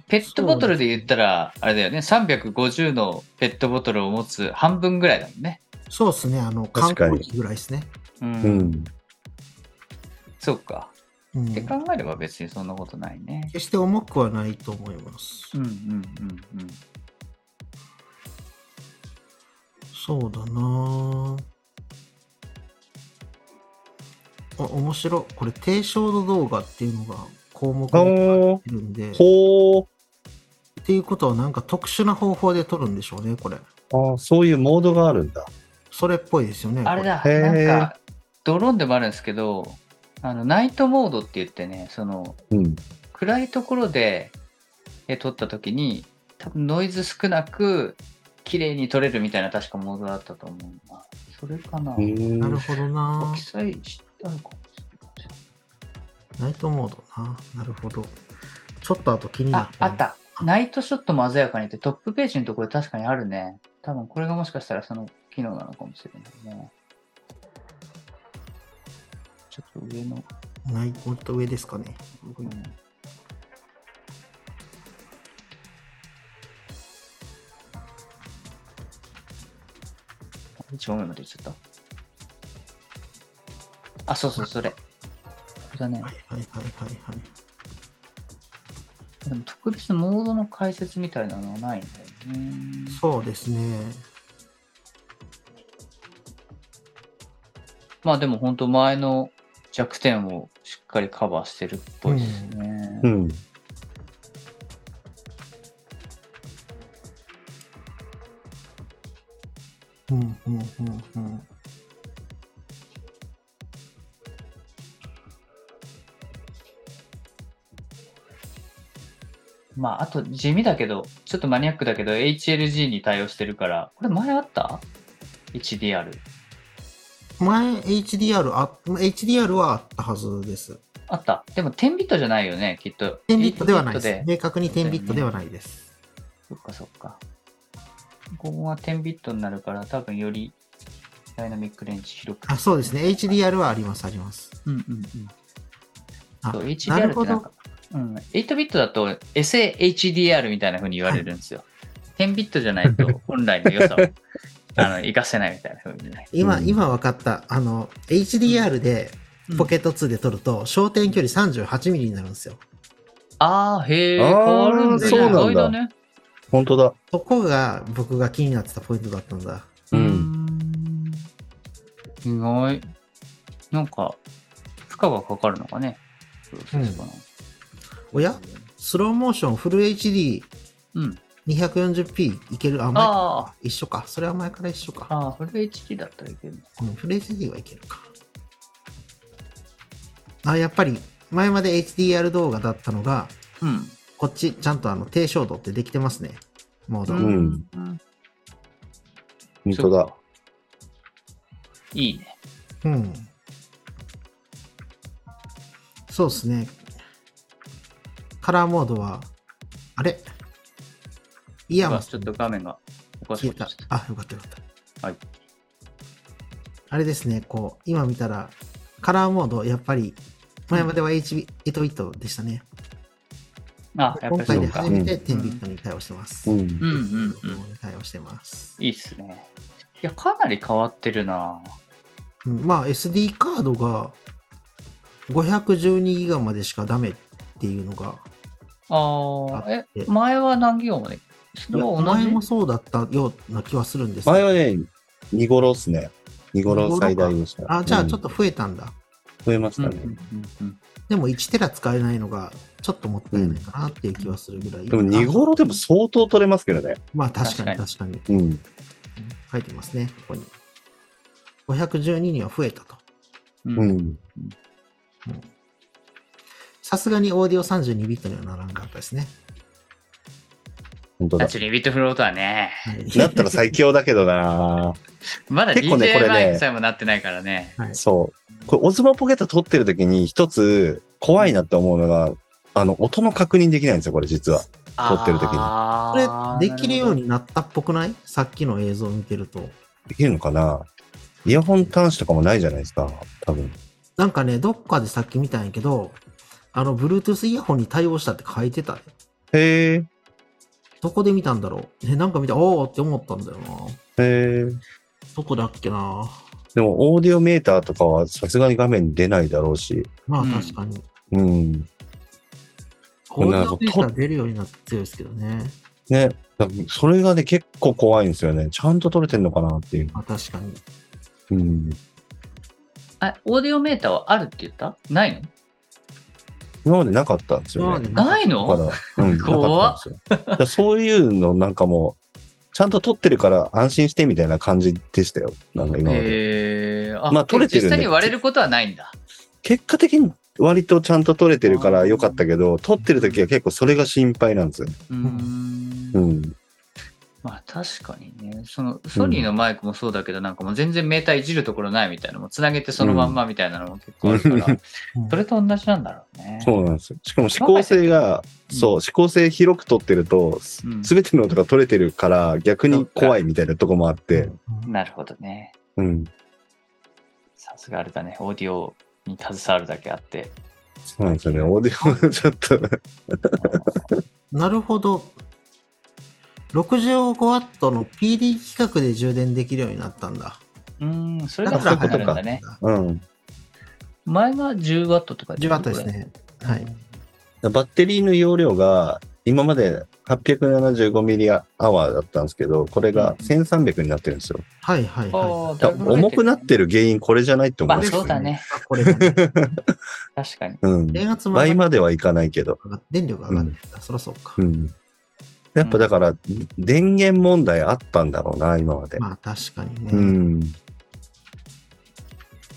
S3: ペットボトルで言ったら、あれだよね、350のペットボトルを持つ半分ぐらいだもんね。
S2: そうですね、あの、観
S1: 確かに
S2: 光機ぐらいですね。
S3: うん。
S1: うん。
S3: そうか。
S2: うん
S3: って考えれば別にそんなことないね。
S2: 決して重くはないと思います。
S3: うんうんうんうん。
S2: そうだなぁあ、面白い。これ、低照度動画っていうのが項目に
S1: あ
S2: 入
S1: ー
S2: ってるんで、っ
S1: ほう。
S2: ていうことはなんか特殊な方法で撮るんでしょうね、これ。
S1: ああ、そういうモードがあるんだ。
S2: それっぽいですよね。
S3: あれだ、
S1: これ
S3: なん
S1: へー
S3: か、ドローンでもあるんですけど、あの、ナイトモードって言ってね、その、
S1: うん。
S3: 暗いところでえ撮った時に、多分ノイズ少なく、綺麗に撮れるみたいな確かモードだったと思うな。それかな。
S1: う
S2: これ。なる
S1: ん
S2: ほどな
S3: 記
S2: ぁ
S3: 載してあるかもしれな
S2: ナ
S3: い
S2: イトモードななるほど。ちょっとあと気にな
S3: あ
S2: っ、た
S3: あ
S2: の
S3: った。ナイトショットも鮮やかにってトップページのところで確かにあるね。多分これがもしかしたらその機能なのかもしれないね。ちょっと上の。
S2: ナイもっと上ですかね。
S3: うん一番上まで行っちゃった。あ、そうそう、それ。これだね
S2: はい。はいはいはいはい。
S3: でも特別モードの解説みたいなのはないんだよね。
S2: そうですね。
S3: まあでも本当前の弱点をしっかりカバーしてるっぽいですね。
S1: うん。
S2: うんうんうんうん。
S3: まああと地味だけど、ちょっとマニアックだけど HLG に対応してるから、これ前あった ?1DR。
S2: 前 HDR あ HDR はあったはずです。
S3: あった。でも10ビットじゃないよね、きっと。
S2: 10ビットではない
S3: 8
S2: です。
S3: ビット
S2: 明確に10ビットではないです。
S3: そっかそっか。ここが10ビットになるから多分よりダイナミックレンジ広く。
S2: あ、そうですね。HDR はあります、あります。
S3: うんうんうん。
S2: あ
S3: そう、
S2: な
S3: HDR
S2: る
S3: っ
S2: ほ
S3: てなん
S2: ど
S3: か。、うん、8ビットだと SAHDR みたいな風に言われるんですよ。10ビットじゃな いと本来の良さをあの活かせないみたいな風にね。
S2: 今、
S1: うん
S2: 今分かった。あの、HDR で
S3: うん
S2: ポケット2で撮ると、焦点距離38ミリになるんですよ。
S3: ああ、へえ、
S1: あ
S3: 変
S1: ー
S3: わるんだね。
S2: そうなんだ
S3: 意外だね。
S1: 本当だ。
S2: そこが僕が気になってたポイントだったんだ。
S1: うん
S3: うーん。意外。なんか、負荷がかかるのかね。そうですかな
S2: おやスローモーションフル HD240p
S3: うん。
S2: いけるあ、前
S3: あ
S2: 一緒か。それは前から一緒
S3: あ、
S2: か。
S3: ああ、フル HD だったらいけるのか。
S2: うん、フル HD はいけるか。あ、やっぱり前まで HDR 動画だったのが、
S3: うん。
S2: こっちちゃんとあの低照度ってできてますね。モード。
S1: ん
S3: うん。
S1: 本当だ。
S3: いいね。
S2: うん。そうですね。カラーモードは、あれイヤ
S3: う
S2: マ
S3: わ
S2: ン
S3: ちょっと画面がおかし
S2: 消
S3: く
S2: え
S3: な
S2: た
S3: っちゃっ。
S2: あ、よかったよかった。
S3: はい。
S2: あれですね、こう、今見たら、カラーモード、やっぱり、前までは HB8 ビットでしたね。
S3: た。あ、やっ
S2: 今
S3: ぱ
S2: 回
S3: りそ
S2: で
S3: うか
S2: 初。めて
S3: うん
S2: 10ビットに対応してます。
S1: う
S2: 10
S1: ん
S3: う。んうん
S2: ビ
S3: うん。
S2: ットに対応してます。
S3: いいっすね。いや、かなり変わってるな
S2: うんまあ SD カードが 512GB までしかダメっていうのが、
S3: ああ、え
S2: え、
S3: 前は何行までそれは同
S2: 前
S3: じ
S2: もそうだったような気はするんですけど
S1: 前はね、2ごろですね。2ごろ最大でした。
S2: あ、じゃあ
S1: うん
S2: ちょっと増えたんだ。
S1: 増えまし
S3: うん
S1: た
S3: う
S1: ね。
S3: んうん
S2: でも1テラ使えないのがちょっともったいないかなっていう気はするぐらい。
S1: でも2ごろでも相当取れますけどね。
S2: まあ確かに
S3: 確
S2: 確かに。
S1: うん。
S2: 書いてますね、ここに。512には増えたと。
S3: う。
S1: うんん。
S2: さすがにオーディオ32ビットにはならなかったですね。
S1: 本当
S3: タッ
S1: だ。
S3: チリビットフロートはね、
S2: はい
S1: だったら最強だけどな
S3: まだ
S1: 結構ねこれ
S3: DJ
S1: ね
S3: マイクさえもなってないからね。
S1: そう。これ、オズモポケット撮ってる時に一つ怖いなって思うのが、あの、音の確認できないんですよ、これ実は。撮ってる時に
S3: あー
S2: これ、できるよう
S3: な
S2: になったっぽくないさっきの映像を見てると。
S1: できるのかなイヤホン端子とかもないじゃないですか、多分。
S2: なんかね、どっかでさっき見たんやけど、あの、Bluetooth イヤホンに対応したって書いてたね。
S1: へえ、
S2: どこで見たんだろうね、なんか見た、おーって思ったんだよな。
S1: へえ。
S2: どこだっけな
S1: でも、オーディオメーターとかはさすがに画面に出ないだろうし。
S2: まあ
S3: うん
S2: 確かに。
S1: うん。
S2: こう
S1: こ
S2: いう
S1: んな
S2: データ出るようになって強いですけどね。
S1: ね。だからそれがね、結構怖いんですよね。ちゃんと撮れてんのかなっていう。
S2: まあ確かに。
S1: うん。
S3: あ、オーディオメーターはあるって言ったない
S1: 今までなかったんです
S2: 今
S1: よ
S2: ま
S1: ね
S2: で。
S3: のない
S1: だか
S3: の
S1: ら、うん、な
S3: 怖
S1: かったんですよ。だからそういうのなんかもう、ちゃんと撮ってるから安心してみたいな感じでしたよ。なんか今まで。
S3: へえ。あ、
S1: まあ撮れてるんで
S3: 実際に割れることはないんだ。
S1: 結果的に割とちゃんと撮れてるから良かったけど、撮ってる時は結構それが心配なんですよ。
S3: うーん
S1: う。ん。
S3: まあ確かにね。その、ソニーのマイクもそうだけど、なんかもう全然メーターいじるところないみたいなのも、つなげてそのまんまみたいなのも結構あるから、
S2: うん
S3: それと同じなんだろうね。
S1: そうなんですよ。しかも指向性が、
S3: うん
S1: そう、指向性広く撮ってると、す
S3: うん
S1: べての音が撮れてるから逆に怖いみたいなとこもあって、
S2: うん
S3: なるほどね。
S1: うん。
S3: さすがあれだね。オーディオに携わるだけあ って。
S1: そうなんですよね。オーディオ ちょっと、
S2: なるほど。65W の PD 規格で充電できるようになったんだ。
S3: うーん、それ
S2: だ
S3: だ
S2: か
S3: か
S1: そう
S3: らら
S1: いうことか
S3: 離れるんだね。
S1: うん。
S3: 前が 10W とか
S2: 10ワットです。ね。はい。
S1: バッテリーの容量が今まで 875mAh だったんですけど、これが1300になってるんですよ。
S2: はいはいは
S3: ああ、だ
S1: だか
S3: いぶ
S1: ら
S3: 離れ
S1: 重くなってる原因これじゃないって思いま
S3: まあ
S1: す
S3: そうだ
S1: ね。
S3: ね。
S2: い。これが ね、
S3: 確かに。
S1: うん。
S2: 電圧も上
S1: 倍
S2: がっ
S1: まではいかないけど。
S2: 電力が上がるんだ。そりゃそうか
S1: う。ん。やっぱだから、電源問題あったんだろうな、今まで。
S2: まあ確かに
S1: う
S2: ね。
S1: ん。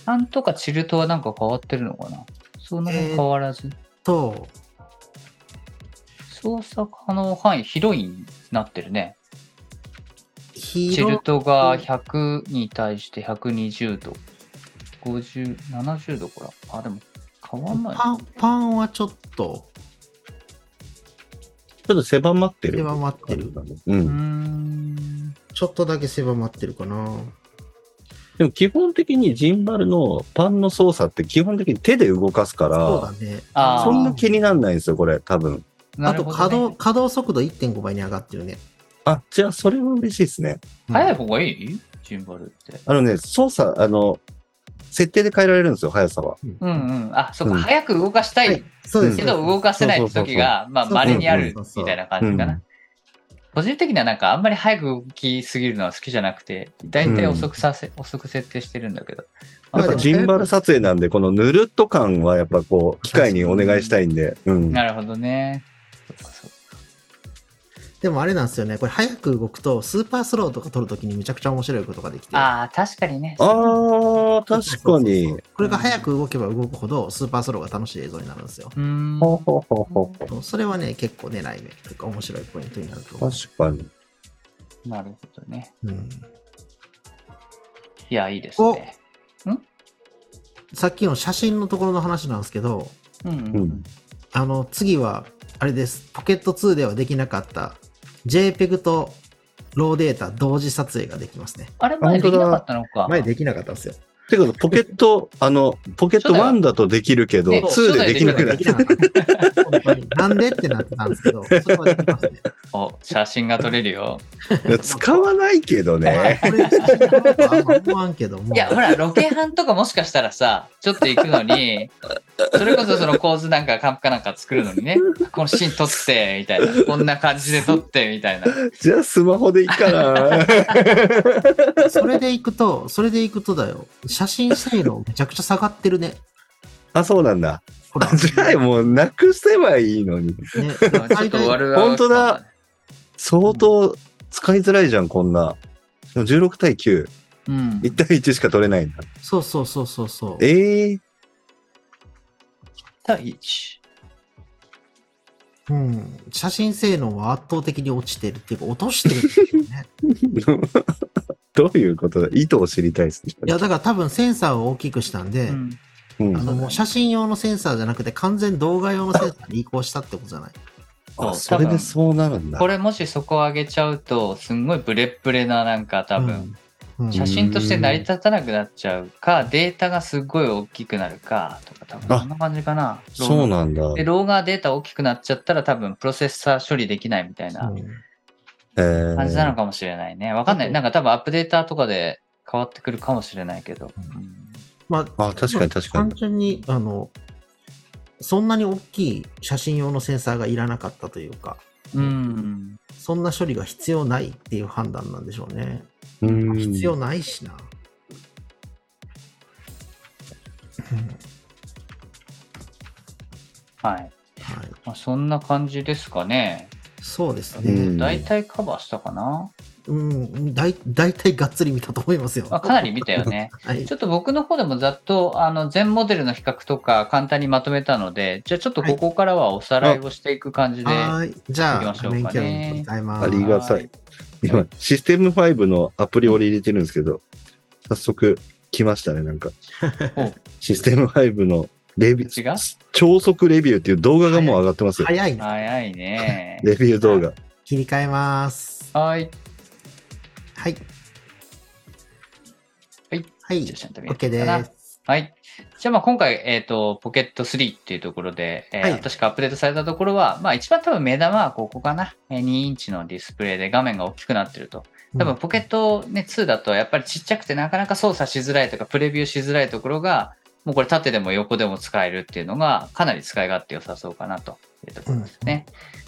S3: なんとかチルトはなんか変わってるのかなそんなに変わらず。
S2: と、
S3: 操作可能範囲広いになってるね。チ
S2: 広
S3: ルトが100に対して120度。50、70度から。あ、でも変わんない。
S2: パン、パンはちょっと、
S1: ちょっと狭まってる。
S2: 狭まってる。
S1: う
S3: うー
S1: ん。
S3: ん。
S2: ちょっとだけ狭まってるかな。
S1: でも基本的にジンバルのパンの操作って基本的に手で動かすか
S2: そうだ
S1: ら、
S2: ね。
S3: あー
S1: そんな気にならないんですよ、これ、多分。
S3: な
S2: あ
S3: る
S2: と
S3: ほ
S2: 稼
S3: どね
S2: 働、稼働速度1.5倍に上がってるね。
S1: あ、じゃあそれは嬉しいですね。
S3: 早い方がいいジンバルって。
S1: あのね、操作、あの、設定で変えられるんですよ、速さは。
S2: うん
S3: うんうん。あ、そうか。
S1: うん
S3: 早く動かした
S2: はいい、そうです。
S3: けど動かせな
S1: そ
S3: いう
S1: そうそうそう
S3: 時が、まあ、
S2: そうそうそう
S3: 稀にある
S2: うん
S3: みたいな感じかな。個人的にはなんかあんまり早く動きすぎるのは好きじゃなくて、だいたい遅くさせ、遅く設定してるんだけど。
S1: やっぱジンバル撮影なんで、このぬるっと感はやっぱこう、機械にお願いしたいんで。うん。
S3: なるほどね。そっかそっか
S2: でもあれなんですよね。これ早く動くと、スーパースローとか撮るときにめちゃくちゃ面白いことができて。
S3: ああ、確かにね。
S1: あー、確かに。
S2: これが早く動けば動くほど、スーパースローが楽しい映像になるんですよ。
S3: うーん。
S1: ほうほうほうほう
S2: それはね、結構狙い目というか面白いポイントになると思う。
S1: 確かに。
S3: なるほどね。
S2: うん、
S3: いや、いいですね。
S2: さっきの写真のところの話なんですけど、
S3: うんうん
S1: う
S3: うん
S1: ん。
S2: あの、次は、あれです。ポケット2ではできなかった、JPEG と RAW データ同時撮影ができますね。
S3: あれ前
S1: あ
S3: で
S1: 本
S3: き
S1: 当
S3: な
S1: だ
S3: かったのか。
S2: 前できなかったんですよ。
S1: てか、ポケット、あの、ポケット1だとできるけど、
S3: ね
S1: 2でできなくなる
S2: でき。なかった。 本当になんでってなってたんです けど、それはできますね。
S3: お、写真が撮れるよ。
S1: いや使わないけどね。
S2: これ、写真撮ろうとあんま思わんけども。
S3: いや、ほら、ロケハンとかもしかしたらさ、ちょっと行くの に、それこそその構図なんか、カンプかなんか作るのにね、このシーン撮って、みたいな、こんな感じで撮って、みたいな。
S1: じゃあスマホでいいか な。
S2: それでいくと、それでいくとだよ。写真性能めちゃくちゃ下がってるね。
S1: あ、そうなんだ。
S2: ほら、
S1: じゃあもうなくせばいいのに。
S2: ね、
S3: ちょっと終わる
S1: 本当だ相当使いづらいじゃん、こんな。でも16対9、
S3: うん。
S1: 1対1しか取れないんだ。
S2: そうそうそうそうそう。
S1: ええ
S3: 対1。
S2: うん。写真性能は圧倒的に落ちてるっていうか、落としてる んですよね。
S1: ー、 どういうことだ意図を知りたいですね。
S2: いや、だから多分センサーを大きくしたんで、
S3: うん
S1: うん
S2: あの、もう写真用のセンサーじゃなくて、完全動画用のセンサーに移行したってことじゃない
S1: あそれでそうなるんだ。
S3: これもしそこを上げちゃうと、すんごいブレッブレななんか多分、
S2: うん。うん
S3: 写真として成り立たなくなっちゃうか、データがすごい大きくなるかとか、多分
S1: あ
S3: そんな感じかな。
S1: そう
S3: ロー
S1: なんだ。
S3: で、ローがデータ大きくなっちゃったら多分プロセッサー処理できないみたいな
S2: うん
S1: え
S3: 感じなの
S1: ー、
S3: かもしれないね。わかんな
S2: あ
S3: い。
S2: と
S3: なんか多分アップデータとかで変わってくるかもしれないけど。うん
S2: ま
S1: あ確かに確かに
S2: 単純に、あの、そんなに大きい写真用のセンサーがいらなかったというか、
S3: うん。
S2: そんな処理が必要ないっていう判断なんでしょうね。
S1: うん
S2: 必要ないしな。
S3: は
S2: は
S3: い。
S2: い、
S3: まあ、そんな感じですかね。
S2: そうです
S1: う
S2: ね。
S1: ん
S3: 大体カバーしたかな。
S2: うん、だい大体がっつり見たと思いますよ。
S3: まあ、かなり見たよね。
S2: はい
S3: ちょっと僕の方でもざっとあの全モデルの比較とか簡単にまとめたので、じゃあちょっとここからはおさらいをしていく感じで。
S2: はーい。じゃ
S3: 行
S2: あ、
S3: きましょうかね
S2: 画面共有にございます。
S1: ありがた。
S3: はい
S1: 今、システム5のアプリを入れてるんですけど、早速来ましたね、なん か
S3: お。
S1: システム5のレビュ
S3: 違う
S1: ー、超速レビューっていう動画がもう上がってますよ。。
S2: 早いな。
S3: 早いね
S1: レビュー動画。
S2: 切り替えます。
S3: はい。
S2: はい。
S3: はい。
S2: はい
S3: じゃあ。ちゃんと見えて
S2: OK
S3: る
S2: で
S3: かな
S2: す。
S3: はい。じゃあまあ今回、えっ、と、ポケット3っていうところで、えー
S2: はい
S3: 確かアップデートされたところは、まあ一番多分目玉はここかな。えー2インチのディスプレイで画面が大きくなってると。多分ポケット、ね、2だとやっぱりちっちゃくてなかなか操作しづらいとかプレビューしづらいところがもうこれ縦でも横でも使えるっていうのがかなり使い勝手良さそうかなというところですね。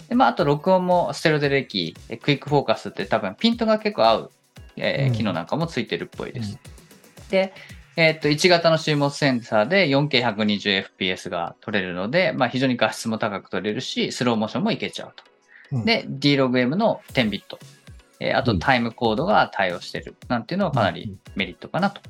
S3: でまあ、あと録音もステロデレキえクイックフォーカスって多分ピントが結構合う、えー
S2: うん
S3: 機能なんかもついてるっぽいです。で、えーっと1型の CMOS センサーで 4K120fps が取れるので、まあ、非常に画質も高く取れるしスローモーションもいけちゃうと。
S2: うん、
S3: で、DLOGM の10ビット、えーあ
S1: う
S3: と
S1: ん
S3: タイムコードが対応してるなんていうのはかなりメリットかなと。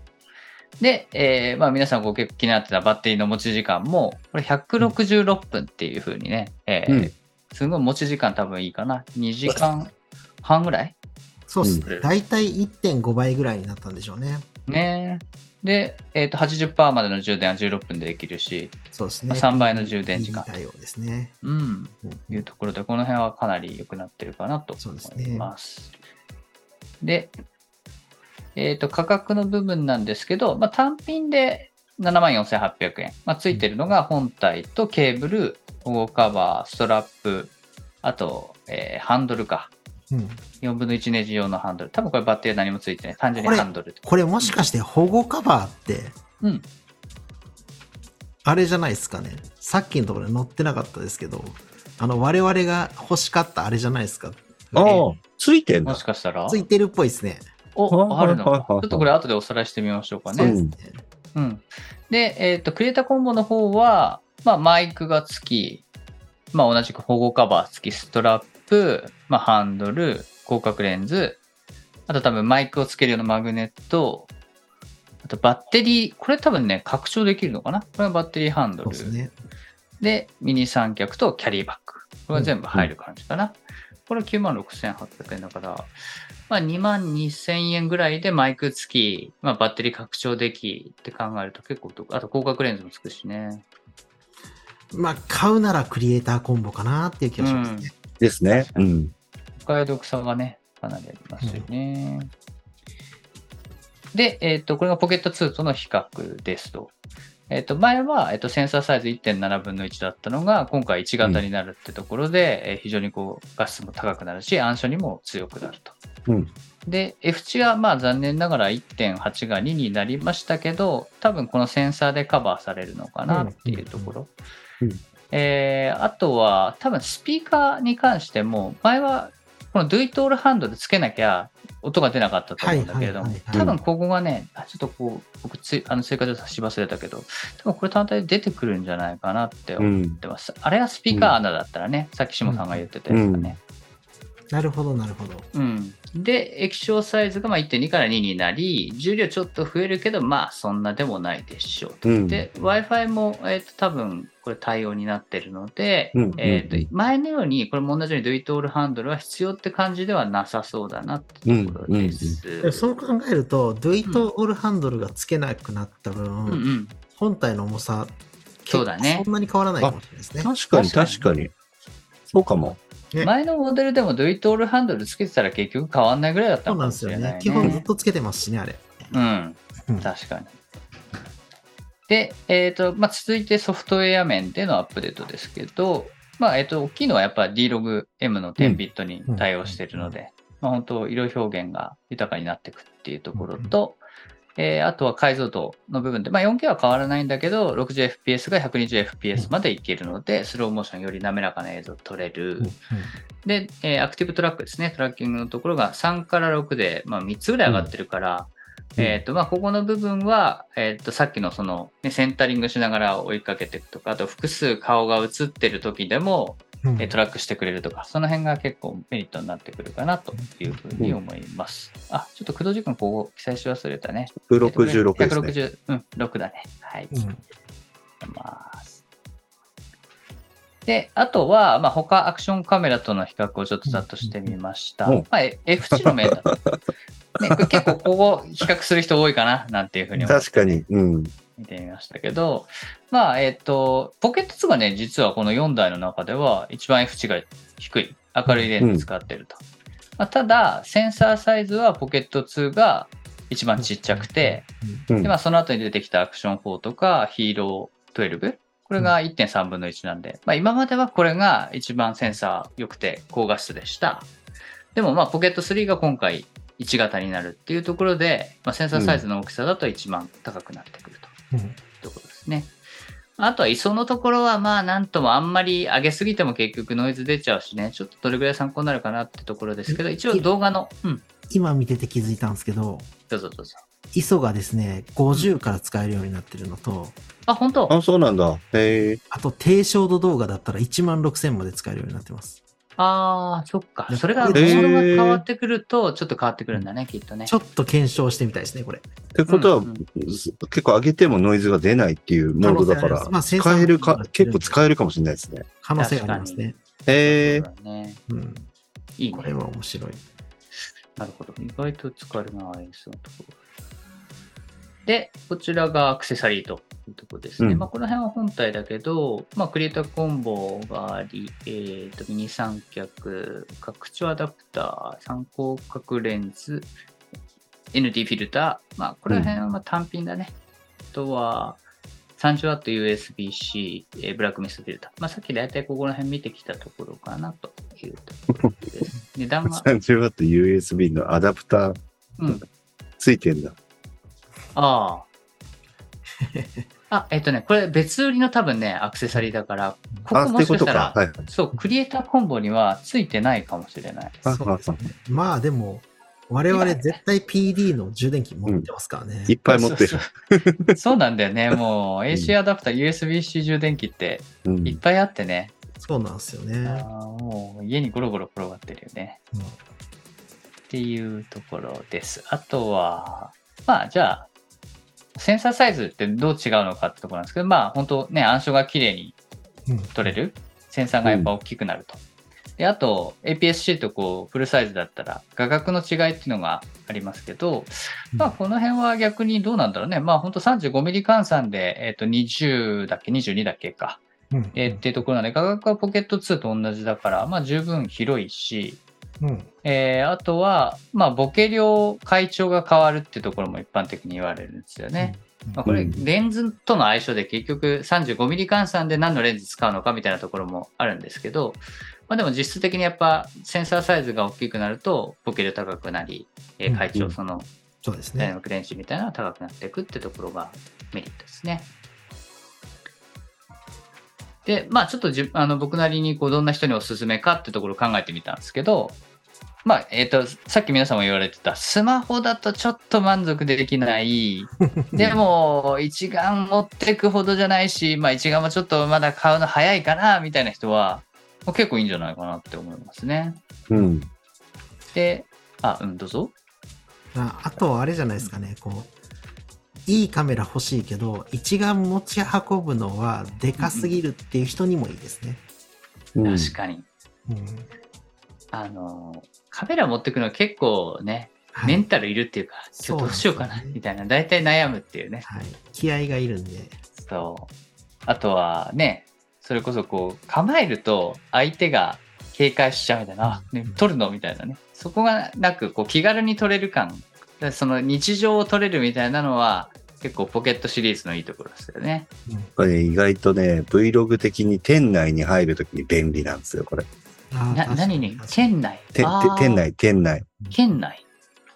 S3: で、えーまあ、皆さんご結構気になってたバッテリーの持ち時間も、これ166分っていう風にね、えー
S1: うん
S3: すごい持ち時間多分いいかな。2時間半ぐらい
S2: そうです
S3: う
S2: ね
S3: ん。
S2: 大体1.5倍ぐらいになったんでしょうね。
S3: ね。で、えー、と80%までの充電は16分でできるし、
S2: そうですね。
S3: 3倍の充電時間
S2: いい対応ですね。
S3: うん、
S2: うん
S3: いうところで、この辺はかなり良くなってるかなと
S2: そうです
S3: 思
S2: ね
S3: います。でえーと、価格の部分なんですけど、まあ、単品で74,800円、まあ、ついてるのが本体とケーブル、保護カバー、ストラップ、あと、えーハンドルか。
S2: うん、
S3: 4分の1ネジ用のハンドル。多分これバッテリー何もついてない。単純に
S2: これ
S3: ハンドルと。
S2: これもしかして保護カバーって、
S3: うん。
S2: あれじゃないですかね。さっきのところに載ってなかったですけど、あの、我々が欲しかったあれじゃないですか。
S1: ああ、ついてん
S3: も
S1: だ
S3: し。かしたら
S2: ついてるっぽいですね。
S3: お、あるの
S1: はいはい
S3: か。
S1: はいはい
S3: ちょっとこれ後でおさらいしてみましょうかね。
S2: そうですね。
S3: うん。で、えっ、と、クリエイターコンボの方は、まあ、マイクが付き、まあ、同じく保護カバー付き、ストラップ、まあ、ハンドル、広角レンズ、あと多分マイクを付けるようなマグネット、あとバッテリー、これ多分ね、拡張できるのかなこれはバッテリーハンド
S2: そう
S3: ル。
S2: ですね。
S3: で、ミニ三脚とキャリーバッグ。これは全部入る感じかな。これ9万6800円だから、まあ2万2000円ぐらいでマイク付き、まあバッテリー拡張できって考えると結構お得、あと広角レンズもつくしね。
S2: まあ、買うならクリエイターコンボかなっていう気がしますね。
S1: ですね。うん。
S3: お買い得さがね、かなりありますよね。で、えっ、と、これがポケット2との比較ですと。えっ、と、前は、えっ、と、センサーサイズ1.7分の1だったのが、今回1型になるってところで、えー非常にこう、画質も高くなるし、暗所にも強くなると。
S1: うん
S3: で、F 値はまあ残念ながら1.8が2になりましたけど、多分このセンサーでカバーされるのかなっていうところ。
S1: うんうん
S3: えーあとは、多分スピーカーに関しても、前はこの Do It All ハンドルつけなきゃ音が出なかったと思うんだけれど
S2: は
S3: も
S2: いはい、はい
S1: は
S3: 多
S1: い
S3: 分ここがね、あちょっとこう、僕つい、あの追加調査し忘れたけど、多分これ単体で出てくるんじゃないかなって
S1: う
S3: 思っ
S1: ん。
S3: てます。あれはスピーカー穴だったらね、さっき下さんが言ってたやつだね。
S2: なるほど、なるほど。
S3: うん、で液晶サイズがまあ1.2から2になり重量ちょっと増えるけどまあそんなでもないでしょうと、
S1: うん
S3: で w i f i も、えー、と多分これ対応になってるので、
S1: うん
S3: えー
S1: うん
S3: と前のようにこれも同じように Do It All ハンドルは必要って感じではなさそうだなってところです。
S2: でもそう考えると、Do It All ハンドルがつけなくなった分、
S3: うんうん
S2: 本体の重さ、
S3: そうだ
S2: 結
S3: ね
S2: 構そんなに変わらないかもしれないですね。
S1: 確かに、
S3: 確か
S1: 確
S3: に
S1: かに。そうかも。
S2: ね
S3: 前のモデルでもドイトールハンドルつけてたら結局変わんないぐらいだった
S2: そ
S3: の
S2: うなん
S3: か
S2: で
S3: も
S2: す
S3: し
S2: よ
S3: れない、
S2: ね
S3: ね。。
S2: 基本ずっとつけてますしね、あれ。
S3: うん
S2: うん、
S3: 確かに。で、えーとまあ、続いてソフトウェア面でのアップデートですけど、まあえー、と大きいのはやっぱ DLogM の10ビットに対応しているので、まあ、本当、色表現が豊かになっていくっていうところと、えーあとは解像度の部分で、まあ、4K は変わらないんだけど、60fps が 120fps までいけるので、スローモーションより滑らかな映像撮れる。で、えーアクティブトラックですね、トラッキングのところが3から6で、まあ、3つぐらい上がってるから、
S1: うん
S3: えーとまあ、ここの部分は、えー、とさっきのその、ね、センタリングしながら追いかけていくとか、あと複数顔が映ってる時でも、えートラックしてくれるとか、その辺が結構メリットになってくるかなというふうに思います。あ、ちょっと駆動時間ここ記載し忘れたね。
S1: 166ですね。
S3: 160、うん、6だね。はい。
S2: うん
S3: ます。で、あとは、まあ、他アクションカメラとの比較をちょっとざっとしてみました。
S1: うん
S3: まあ、え F 値のメーター。ね、これ結構ここ比較する人多いかななんていうふうに思って
S1: 確かに。うん。
S3: 見てみましたけど、まあ、えっ、と、ポケット2がね、実はこの4台の中では一番 F 値が低い、明るいレンズ使ってると。まあ、ただ、センサーサイズはポケット2が一番ちっちゃくて、
S1: うん
S3: で、まあ、その後に出てきたアクション4とか、ヒーロー12、これが1.3分の1なんで、まあ、今まではこれが一番センサー良くて高画質でした。でも、まあ、ポケット3が今回1型になるっていうところで、まあ、センサーサイズの大きさだと一番高くなってくるというところですね。あとは、ISO のところは、まあ、なんともあんまり上げすぎても結局ノイズ出ちゃうしね、ちょっとどれぐらい参考になるかなってところですけど、一応動画の、うん、
S2: 今見てて気づいたんですけど、
S3: どうぞどうぞ。
S2: ISO がですね、50から使えるようになってるのと、
S3: あ、本当
S1: あ、そうなんだ。へえ。
S2: あと低照度動画だったら1万6000まで使えるようになってます。
S3: ああ、そっか。
S2: で
S3: それが、モ
S2: え
S1: ー
S3: ードが変わってくると、ちょっと変わってくるんだね、きっとね。
S2: ちょっと検証してみたいですね、これ。
S1: ってことは、
S3: うんうん
S1: 結構上げてもノイズが出ないっていうモードだか
S2: 可能性あります
S1: ら、
S2: まあセンサー
S1: 使える
S2: も
S1: か
S2: 入っ、てるん
S1: 結
S2: で
S1: 構使えるかもしれないですね。
S2: 可能性がありますね。
S1: へえ。
S3: そうだね
S2: うん。
S3: いい
S2: これ
S3: ね。
S2: は面白い。
S3: なるほど。意外と使えるな、アイスのところ。で、こちらがアクセサリーというところですね。
S1: うん
S3: まあ、この辺は本体だけど、まあ、クリエイターコンボがあり、えー、と、ミニ三脚、拡張アダプター、三広角レンズ、ND フィルター、まあ、この辺はまあ単品だね。あとは、30W USB-C、えーブラックミストフィルター。まあ、さっき大体ここら辺見てきたところかなというところ です。値段が、
S1: 30W USB のアダプター
S3: うん、
S1: ついてんだ。
S3: あ あ。あ、えっとね、これ別売りの多分ね、アクセサリーだから、こ
S1: あ、
S3: こ
S1: っ
S3: も
S1: て
S3: し
S1: こ
S3: かし
S1: と
S3: た。、
S1: からはいはい。
S3: そう、クリエイターコンボにはついてないかもしれない。
S1: あ
S2: そうですね。まあでも、我々絶対 PD の充電器持ってますからね。
S1: いっぱい持ってる
S3: そう。そうそうなんだよね、もう AC アダプター、USB-C 充電器って
S1: うん
S3: いっぱいあってね、
S2: そうなんですよね。
S3: あーもう家にゴロゴロ転がってるよね。
S2: うん
S3: っていうところです。あとは、まあじゃあ、センサーサイズってどう違うのかってところなんですけど、まあ本当ね、暗証が綺麗に
S2: うん
S3: 取れるセンサーがやっぱ大きくなると。であと APS-C とこうフルサイズだったら画角の違いっていうのがありますけど、まあ、この辺は逆にどうなんだろうね、まあ、本当35ミリ換算で、えっと20だっけ、22だっけか、
S2: うん
S3: えーっていうところなんで、画角はポケット2と同じだから、まあ、十分広いし、
S2: うん
S3: えーあとは、まあ、ボケ量、階調が変わるってところも一般的に言われるんですよね。
S2: うん
S3: まあ、これ、
S1: うん
S3: レンズとの相性で結局 35mm 換算で何のレンズ使うのかみたいなところもあるんですけど、まあ、でも実質的にやっぱセンサーサイズが大きくなるとボケ量高くなり、えー、会
S1: うんう
S3: 長
S1: ん
S3: その
S2: そうです
S3: ダイナ
S2: ね。
S3: ミックレンジみたいなのが高くなっていくってところがメリットですね。で、まあちょっとじあの僕なりにこうどんな人におすすめかってところを考えてみたんですけど、まあえっ、と、さっき皆さんも言われてた、スマホだとちょっと満足で きない、でも一眼持ってくほどじゃないし、まあ一眼もちょっとまだ買うの早いかなみたいな人は、もう結構いいんじゃないかなって思いますね。
S1: うん。
S3: で、あ、うん、どうぞ。
S2: ああとはあれじゃないですかね、こう、いいカメラ欲しいけど、一眼持ち運ぶのはでかすぎるっていう人にもいいですね。
S1: うん
S3: 確かに。
S2: うん。
S3: あの、カメラ持ってくの結構ね、
S2: はい
S3: メンタルいるっていうか、ちょっとどうしようか
S2: そう
S3: な
S2: なんですよね、
S3: みたいな、大体悩むっていうね。
S2: はい。気合がいるんで。
S3: そう。あとはね、それこそこう、構えると相手が警戒しちゃうみたいな、あ、ね
S2: うん、
S3: 取るのみたいなね。そこがなく、こう、気軽に取れる感、でその日常を取れるみたいなのは、結構ポケットシリーズのいいところですよね。
S1: これ意外とね、Vlog 的に店内に入るときに便利なんですよ、これ。
S2: あー
S3: な、何に県内
S1: てて
S3: あー
S1: 店内、店内。
S3: 県内、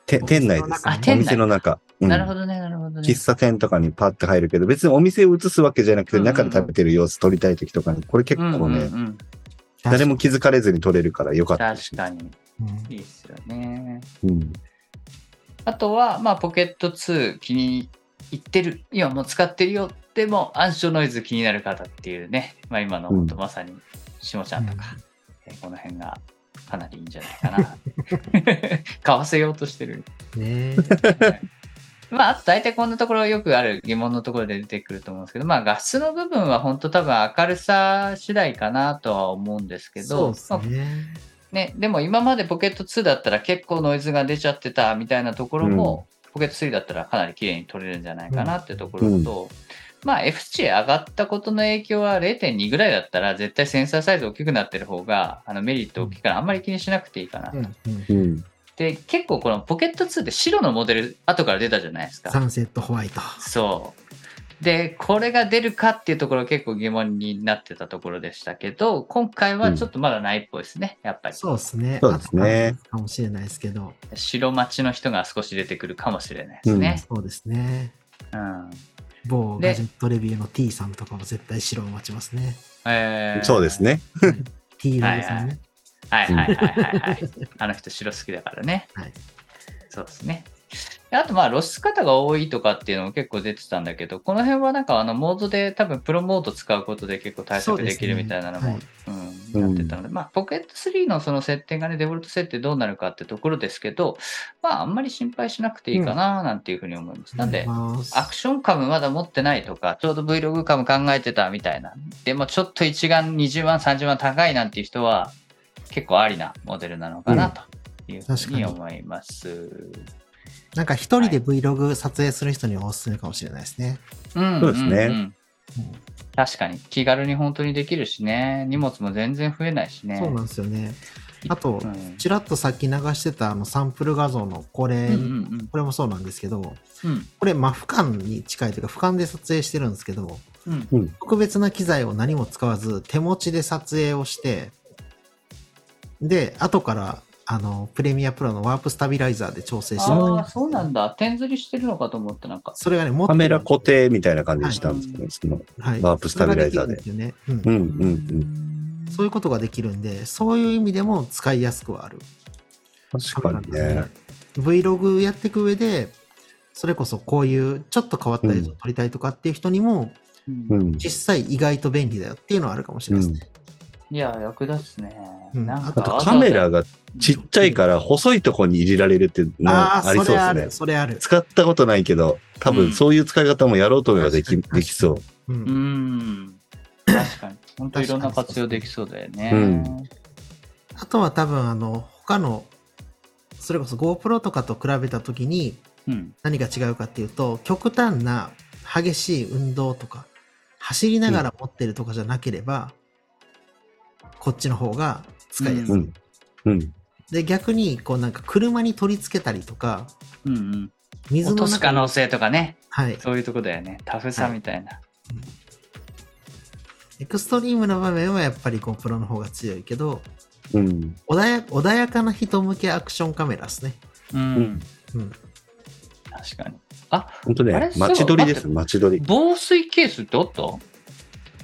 S1: て店内です。
S2: あ
S1: お
S3: 店内
S1: 店の中。うん
S3: なるほどね、なるほどね
S1: 喫。茶店とかにパッて入るけど、別にお店を映すわけじゃなくて、
S3: うんうんうん
S1: 中で食べてる様子撮りたいときとかに、これ結構
S3: うんう
S1: ね、
S3: んうん、
S1: 誰も気づかれずに撮れるからよかったです
S3: 確かに。
S2: うん
S3: いいですよね。
S1: うん。
S3: あとは、まあ、ポケット2気に入ってる、今もう使ってるよ、でも暗証ノイズ気になる方っていうね、まあ、今の
S1: うん
S3: 本当まさに、しもちゃんとか、えーこの辺がかなりいいんじゃないかな。 買わせようとしてる。
S2: ねえ。
S3: まあ、あと大体こんなところよくある疑問のところで出てくると思うんですけど、まあ、画質の部分は本当多分明るさ次第かなとは思うんですけ
S2: そう
S3: ど、
S2: ですね。
S3: ね、でも今までポケット2だったら結構ノイズが出ちゃってたみたいなところも、ポケット3だったらかなり綺麗に取れるんじゃないかなってところと、まあ F 値上がったことの影響は0.2ぐらいだったら絶対センサーサイズ大きくなってる方があのメリット大きいからあんまり気にしなくていいかな。
S2: うんうん。
S1: うん。
S3: で結構このポケット2って白のモデル後から出たじゃないです
S2: サ
S3: か。
S2: ンセットホワイト。
S3: そう。で、これが出るかっていうところ結構疑問になってたところでしたけど、今回はちょっとまだないっぽいですね、やっぱり。
S2: そうですね。
S1: そうですね
S2: 後からかもしれないですけど。
S3: 白待ちの人が少し出てくるかもしれないですね。
S2: そうですね。
S3: うん
S2: 某
S3: で
S2: ガジェットレビューの T さんとかも絶対白を待ちますね。
S3: えー
S1: そうです。ね。
S2: T ラブさんね。
S3: はいはいはいはい、はい。あの人白好きだからね。
S2: はい。
S3: そうですね。であとまあ露出方が多いとかっていうのも結構出てたんだけど、この辺はなんかあのモードで多分プロモード使うことで結構対
S2: そうで
S3: 策です
S2: ね
S3: きるみたいなのも、
S2: は
S3: うん、やってたので、まあポケット3のその設定がね、デフォルト設定どうなるかってところですけど、まああんまり心配しなくていいかななんていうふうに思います。なんで、アクションカムまだ持ってないとか、ちょうど Vlog カム考えてたみたいな。でもちょっと一眼20万、30万高いなんていう人は結構ありなモデルなのかなというふうに思います。
S2: なんか一人で Vlog 撮影する人にはおすすめかもしれないですね。
S3: うん
S1: そうですね
S3: んん確かに気軽に本当にできるしね。荷物も全然増えないしね。
S2: そうなんですよね。あと
S3: うん、
S2: ちらっとさっき流してたあのサンプル画像のこれ、
S3: うんうん
S2: これもそうなんですけど、
S3: うんうん
S2: これ、まあ、俯瞰に近いというか、俯瞰で撮影してるんですけど、
S3: うん
S2: 特別な機材を何も使わず、手持ちで撮影をして、で、後から、あの、プレミアプロのワープスタビライザーで調整して
S3: あ
S2: る
S3: あ、そうなんだ。点ずりしてるのかと思って、なんか。
S2: それがね、もっと
S1: カメラ固定みたいな感じにしたんですけど、その、
S2: はい
S1: ワープスタビライザーで
S2: それがきるんです
S1: う
S2: よ
S1: ん
S2: ね
S1: うんうん。
S2: うんそういうことができるんで、そういう意味でも使いやすくはある。
S1: 確かにね。
S2: Vlog やっていく上で、それこそこういうちょっと変わった映像を撮りたいとかっていう人にも、
S3: うん
S1: うん。
S2: 実際意外と便利だよっていうのはあるかもしれないですね。
S3: いや、役立つね。
S2: うん
S3: なん
S2: あ
S1: あ
S3: か
S1: とカメラがちっちゃいから細いとこに入れられるっていうの
S2: ああ、
S1: ありそ
S2: そ
S1: う
S2: れ
S1: で
S2: あ
S1: す
S2: る、
S1: ね。
S2: それある。
S1: 使ったことないけど、多分そういう使い方もやろうと思えばでき、
S2: うん
S1: できそう。
S2: う。
S3: うんん。確かに。本当いろんな活用できそうだよね。
S1: うん
S2: あとは多分、あの、他の、それこそ GoPro とかと比べたときに
S3: うん。
S2: 何が違うかっていうと、極端な激しい運動とか、走りながら持ってるとかじゃなければ、こっちの方が使いやすい。
S1: うん。うん。
S2: で、逆に、こうなんか車に取り付けたりとか、
S3: うんうん。
S2: 水
S3: 落
S2: の
S3: とす可
S2: 中に
S3: 能性とかね。
S2: はい。
S3: そういうとこだよね。タフさみたいな。
S2: エクストリームの場面はやっぱり GoPro の方が強いけど、
S1: うん。
S2: 穏や穏やかな人向けアクションカメラですね。
S3: うん。
S1: うん
S2: うん。
S3: 確かに。
S1: 本当
S3: あれ
S1: ね、
S3: そう
S1: 街撮りで
S3: 待
S1: す、
S3: って
S1: 街撮り。
S3: 防水ケースっておった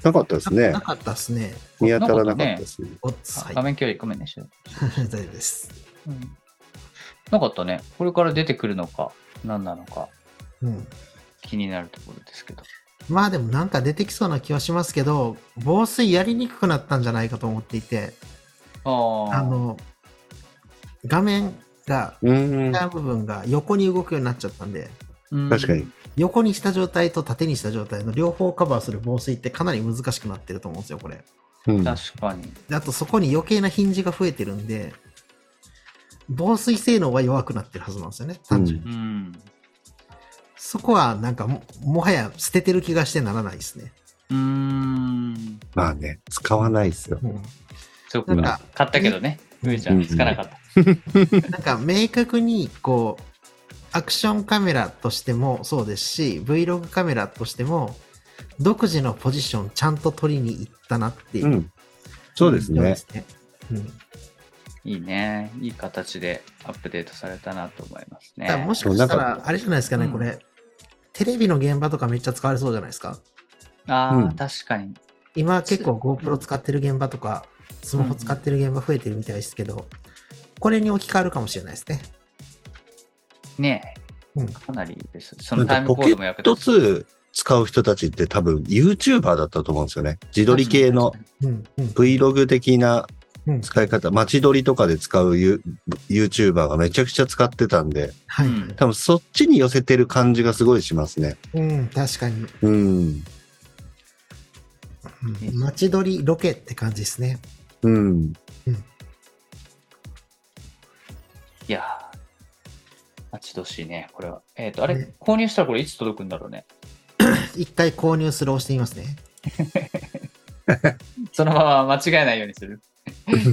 S1: なかったですね
S2: な。かったですね。
S1: 見当たらなかったですね。
S2: おっつ、は
S3: あ
S2: い。
S3: 画
S2: 大
S3: 面共有ごめんね。しゅ
S2: 丈夫です。
S3: うんなかったね。これから出てくるのか、何なのか、
S2: うん。
S3: 気になるところですけど。
S2: まあでもなんか出てきそうな気はしますけど、防水やりにくくなったんじゃないかと思っていて、
S3: あー
S2: あの、画面が、
S1: うん
S2: 下部分が横に動くようになっちゃったんで、
S3: うん
S1: 確かに。
S2: 横にした状態と縦にした状態の両方をカバーする防水ってかなり難しくなってると思うんですよ、これ。
S1: うん
S3: 確かに。
S2: であとそこに余計なヒンジが増えてるんで、防水性能は弱くなってるはずなんですよね、単純に。
S3: うん。
S2: そこはなんかも、もはや捨ててる気がしてならないですね。
S3: うーん。
S1: まあね、使わないですよ。
S2: うん
S3: そ
S2: な
S3: う
S2: ん
S3: か
S2: か。
S3: 買ったけどね。うーちゃ、
S1: うんん。
S3: つかなかった。
S2: なんか明確にこうアクションカメラとしてもそうですし Vlog カメラとしても独自のポジションちゃんと取りに行ったなっていううん
S1: そうです
S2: よう
S1: ね
S2: で。すね。うん
S3: いいね。いい形でアップデートされたなと思います
S2: だから
S3: ね
S2: も。しかした
S1: なん
S2: らあれじゃないですかね、
S3: うん
S2: これテレビの現場とかめっちゃ使われそうじゃないですか
S3: あ
S1: う
S3: あ、
S1: ん
S3: 確かに。
S2: 今結構 GoPro 使ってる現場とかスマホ使ってる現場増えてるみたいですけどこれに置き換わるかもしれないですね。
S3: ね
S2: うん
S3: かなりいいです。そ
S1: な
S3: の
S1: ん
S3: タイ
S1: か
S3: ム
S1: ポ
S3: コー
S1: ケ
S3: ドも
S1: ッ
S3: 役
S1: ト
S3: 立つ。
S1: 2使う人たちって多分 YouTuber だったと思うんですよね。自撮り系の
S2: うんうん
S1: Vlog 的な
S2: うん
S1: 使い方、街撮りとかで使うユ YouTuber がめちゃくちゃ使ってたんで、
S2: はい、
S3: うん
S1: 多分そっちに寄せてる感じがすごいしますね。
S2: うん、確かに、
S1: うん。
S2: うん、街撮りロケって感じですね。
S1: うん。
S3: いやー。待ち遠しいね、これは。えっ、と、あれ、
S2: ね
S3: 購入したらこれいつ届くんだろうね。
S2: 一回購入する押してみますね。
S3: そのまま間違えないように する。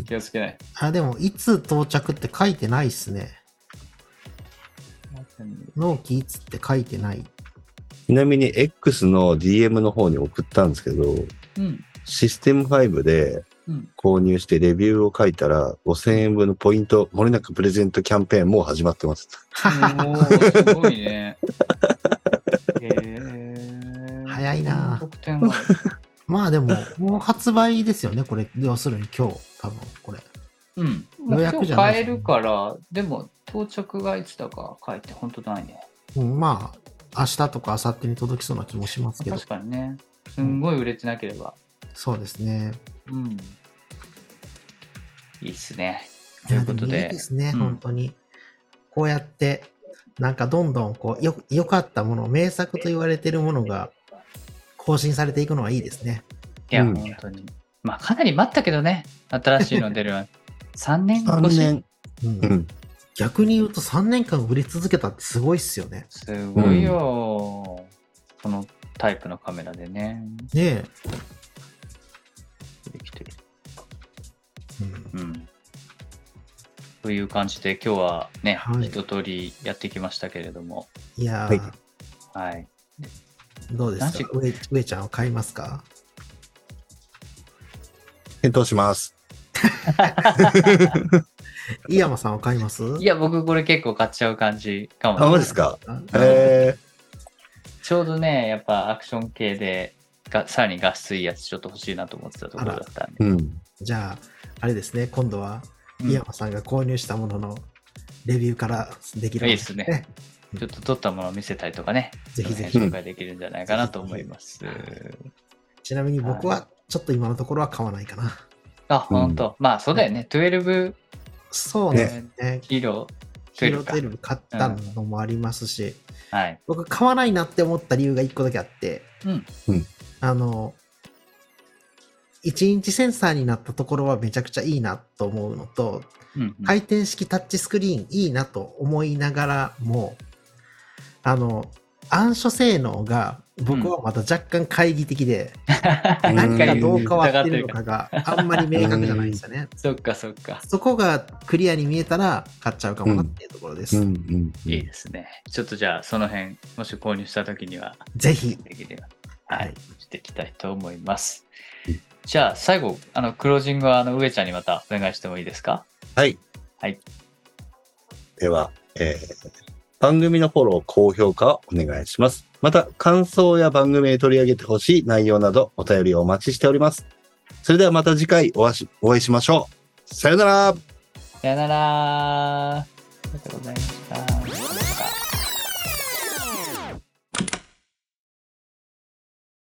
S3: 気をつけない。
S2: あ、でも、いつ到着って書いてないっすね。納期いつって書いてない。
S1: ちなみに X の DM の方に送ったんですけど、
S3: うん。
S1: システム5で
S3: うん。
S1: 購入してレビューを書いたら、5000円分のポイント、もれなくプレゼントキャンペーンもう始まってます。
S3: おー、すごいね。へー
S2: 早いな
S3: 得点が
S2: まあでも、 もう発売ですよね、これ。要するに今日、多分これ。
S3: うん。
S2: 予
S3: 今
S2: 約
S3: 日
S2: じゃない
S3: 買えるから、でも到着がいつだか書いて本当ないね。
S2: うん、まあ、明日とか明後日に届きそうな気もしますけど
S3: 確、かにね。すんごい売れてなければ。
S2: そうですね。
S3: うん。いいっすね。
S2: い
S3: とい
S2: や
S3: うこ
S2: も
S3: と
S2: いい
S3: で
S2: で。すね、
S3: うん
S2: 本当に。こうやって、なんかどんどんこう、よ、良かったもの、名作と言われてるものが更新されていくのはいいですね。
S3: いや、
S1: うん
S3: 本当に。まあ、かなり待ったけどね。新しいの出る は。3年越し。
S1: 3年。
S2: うん
S1: うん。
S2: 逆に言うと3年間売れ続けたってすごいっすよね。
S3: すごいよ、このタイプのカメラでね。
S2: ね
S3: できてる。
S2: え。うん
S3: うん。という感じで、今日はね、
S2: はい
S3: 一通りやってきましたけれども。
S2: いやー、
S1: はい
S3: はい。
S2: どうですか
S3: 男
S2: 上上ちゃんを買いますか
S1: 検討します。
S2: 井山さんを買います
S3: いや、僕これ結構買っちゃう感じかもし
S1: あ、
S3: れな
S1: マ
S3: い
S1: ジですか
S2: あ
S1: え
S3: ちょうどね、やっぱアクション系で、がさらに画質いいやつちょっと欲しいなと思ってたところだったんで
S1: ー、。うん。
S2: じゃあ、あれですね、今度は
S3: うん
S2: 井山さんが購入したもののレビューからできる
S3: いいですねちょっと撮ったものを見せたりとかね、
S2: ぜひぜひ
S3: その辺紹介できるんじゃないかなと思います。
S2: ちなみに僕はちょっと今のところは買わないかな。
S3: あ、本当、まあそうだよね、12
S2: そうですね。
S3: ヒーロー、
S2: 黄色
S3: 12か
S2: テ。ル買ったのもありますし、
S3: はい。
S2: 僕買わないなって思った理由が1個だけあって、
S3: うん。
S2: あの、1インチセンサーになったところはめちゃくちゃいいなと思うのと、
S3: うん、
S2: 回転式タッチスクリーンいいなと思いながらも、あの、暗所性能が僕はまだ若干懐疑的で、
S1: うん
S2: 何
S1: か
S2: が
S1: に
S2: どう変わっ
S3: 疑
S2: て
S3: って
S2: る
S3: る
S2: の
S3: か
S2: かがあんまり明確じゃないんですよね。
S3: そっかそっか。
S2: そこがクリアに見えたら買っちゃうかもなっていうところで
S1: うん
S2: す。
S1: うん。
S3: いいですね。ちょっとじゃあ、その辺、もし購入した時には、
S2: ぜひ。
S3: できれば、は
S2: はいい、
S3: していきたいと思います。じゃあ、最後、あの、クロージングは、あの、上ちゃんにまたお願いしてもいいですか
S1: はい。
S3: はい。
S1: では、えー番組のフォロー、高評価をお願いします。また、感想や番組で取り上げてほしい内容など、お便りをお待ちしております。それではまた次回お会いしお会いしましょう。さよなら
S3: さよなら。ありがとうございました。